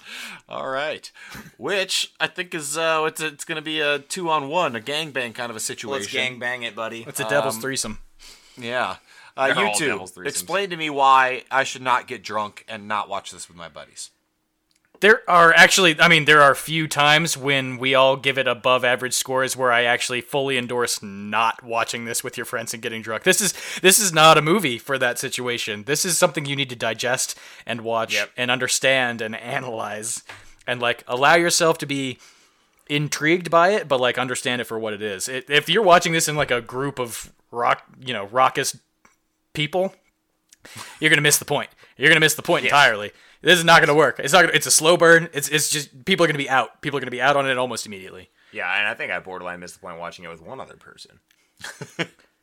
all right. Which I think is uh, it's it's gonna be a two on one, a gangbang kind of a Let's situation. gang bang it, buddy. It's a devil's threesome. yeah. Uh, They're all you devil's two, threesomes. explain to me why I should not get drunk and not watch this with my buddies. There are actually, I mean, there are few times when we all give it above average scores where I actually fully endorse not watching this with your friends and getting drunk. This is this is not a movie for that situation. This is something you need to digest and watch Yep. and understand and analyze and like allow yourself to be intrigued by it, but like understand it for what it is. It, if you're watching this in like a group of rock, you know, raucous people, you're gonna miss the point. You're gonna miss the point entirely. This is not gonna work. It's not. Gonna, it's a slow burn. It's it's just people are gonna be out. People are gonna be out on it almost immediately. Yeah, and I think I borderline missed the point watching it with one other person. [laughs]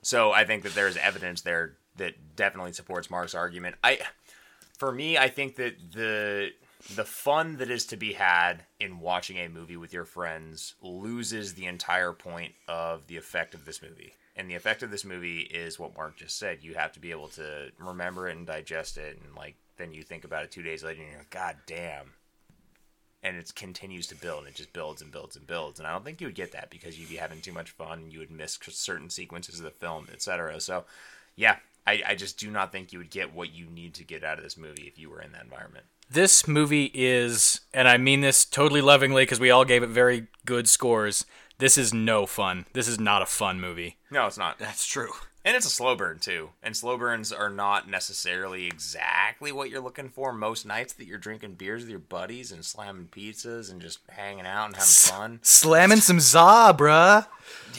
so I think that there's evidence there that definitely supports Mark's argument. I, for me, I think that the the fun that is to be had in watching a movie with your friends loses the entire point of the effect of this movie. And the effect of this movie is what Mark just said. You have to be able to remember it and digest it, and like then you think about it two days later, and you're like, God damn, and it continues to build. It just builds and builds and builds. And I don't think you would get that because you'd be having too much fun. You would miss c- certain sequences of the film, etc. So, yeah, I, I just do not think you would get what you need to get out of this movie if you were in that environment. This movie is, and I mean this totally lovingly because we all gave it very good scores. This is no fun. This is not a fun movie. No, it's not. That's true. And it's a slow burn too. And slow burns are not necessarily exactly what you're looking for most nights that you're drinking beers with your buddies and slamming pizzas and just hanging out [laughs] and having fun. Slamming some za, bruh.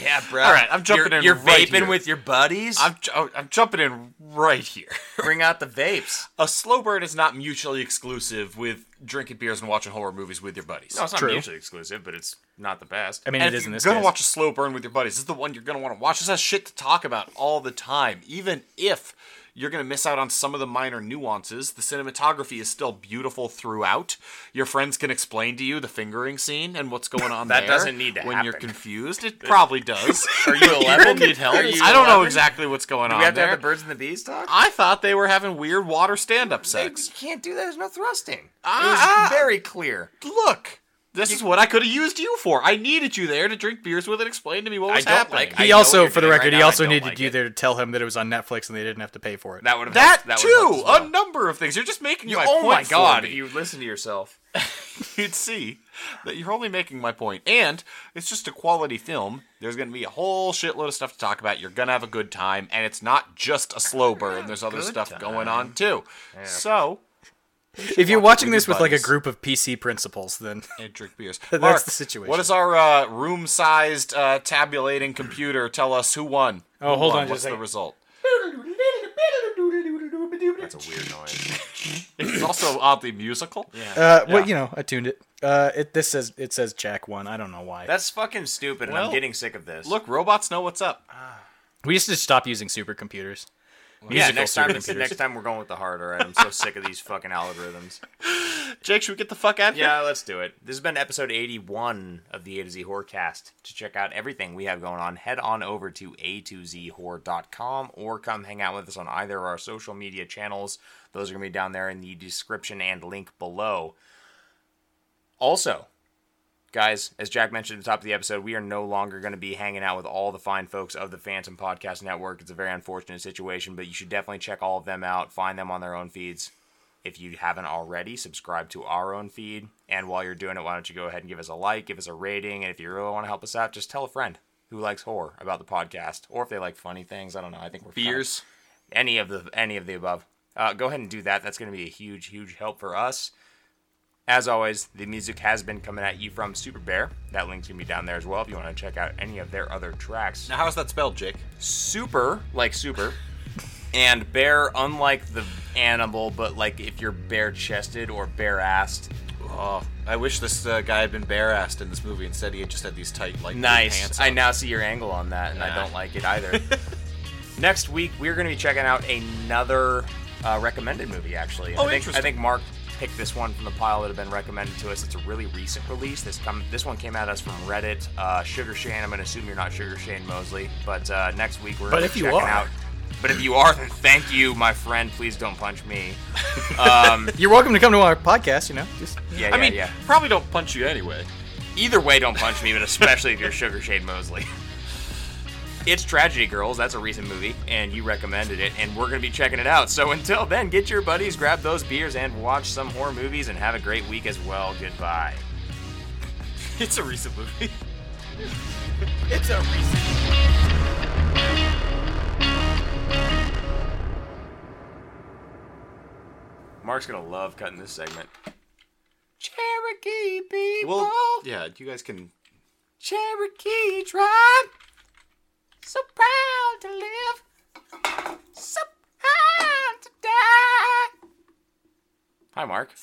Yeah, bro. All right, I'm jumping you're, in You're right vaping here. with your buddies. I'm ju- oh, I'm jumping in right here. Bring out the vapes. [laughs] A slow burn is not mutually exclusive with drinking beers and watching horror movies with your buddies. No, it's not True. mutually exclusive, but it's not the best. I mean, it And if is in you're this gonna case. watch a slow burn with your buddies. This is the one you're gonna want to watch. This has shit to talk about all the time, even if you're gonna miss out on some of the minor nuances. The cinematography is still beautiful throughout. Your friends can explain to you the fingering scene and what's [laughs] going on. That there doesn't need to when you're happen. confused. It probably does. [laughs] [laughs] Are you 11? need help. Are you I don't know 11? exactly what's going Do on we have to there. have the birds and the bees talk? I thought they were having weird water stand-up sex. You can't do that. There's no thrusting. Ah, it was very clear. Look. This is what I could have used you for. I needed you there to drink beers with and explain to me what was I don't happening. like- I He know what also, you're for the doing right record, he now, I also don't needed like you it. there to tell him that it was on Netflix and they didn't have to pay for it. That would have That, helped. That would've too, helped as well. a number of things. You're just making my oh point. my for god! me. If you listen to yourself. you'd see that you're only making my point, and it's just a quality film. There's going to be a whole shitload of stuff to talk about. You're going to have a good time, and it's not just a slow burn. There's other stuff going on too. So, if you're watch it watching with this your with like a buddies. group of PC principals, then and drink [laughs] beers. That's Mark, the situation. What does our uh, room-sized uh, tabulating computer tell us? Who won? Oh, Who hold won? on just a What's the second. result? That's a weird noise. [laughs] It's also oddly musical. Yeah. Uh, well, you know, I tuned it. Uh, it this says it says Jack one. I don't know why. That's fucking stupid, and Well, I'm getting sick of this. Look, robots know what's up. we just need to stop using supercomputers. Yeah, Musical next time, supercomputers. next time we're going with the hard. All right, I'm so sick of these fucking algorithms. Jake, should we get the fuck [laughs] out of Yeah, let's do it. This has been episode 81 of the A to Z Horrorcast. To check out everything we have going on, head on over to a2zhorror.com or come hang out with us on either of our social media channels. Those are going to be down there in the description and link below. Also, guys, as Jack mentioned at the top of the episode, we are no longer going to be hanging out with all the fine folks of the Phantom Podcast Network. It's a very unfortunate situation, but you should definitely check all of them out, find them on their own feeds. If you haven't already, subscribe to our own feed. And while you're doing it, why don't you go ahead and give us a like, give us a rating, and if you really want to help us out, just tell a friend who likes horror about the podcast, or if they like funny things. I don't know. I think we're kind of- Beers. any of the any of the above. Uh, go ahead and do that. That's going to be a huge, huge help for us. As always, the music has been coming at you from Super Bear. That link's gonna be down there as well if you want to check out any of their other tracks. Now, how's that spelled, Jake? Super, like super, and bear, unlike the animal, but like if you're bare-chested or bare-assed. Oh, I wish this uh, guy had been bare-assed in this movie. Instead, he had just had these tight, like, blue Nice. pants I on. now see your angle on that, and I Yeah. don't like [laughs] it either. Next week, we're going to be checking out another uh, recommended movie, actually. Oh, I think, interesting. I think Mark picked this one from the pile that had been recommended to us. It's a really recent release. This come this one came at us from Reddit. Uh, Sugar Shane, I'm going to assume you're not Sugar Shane Mosley, but uh, next week we're But going to if be you checking are. out. But if you are, then thank you, my friend. Please don't [laughs] punch me. You're welcome to come to our podcast. You know, just Yeah, I yeah, mean, yeah. probably don't punch you anyway. Either way, don't punch me, but especially if you're Sugar Shade Mosley. It's Tragedy Girls. That's a recent movie, and you recommended it, and we're going to be checking it out. So until then, get your buddies, grab those beers, and watch some horror movies, and have a great week as well. Goodbye. [laughs] It's a recent movie. Mark's going to love cutting this segment. Cherokee people, Well, yeah, you guys can. Cherokee tribe, so proud to live, so proud to die. Hi, Mark.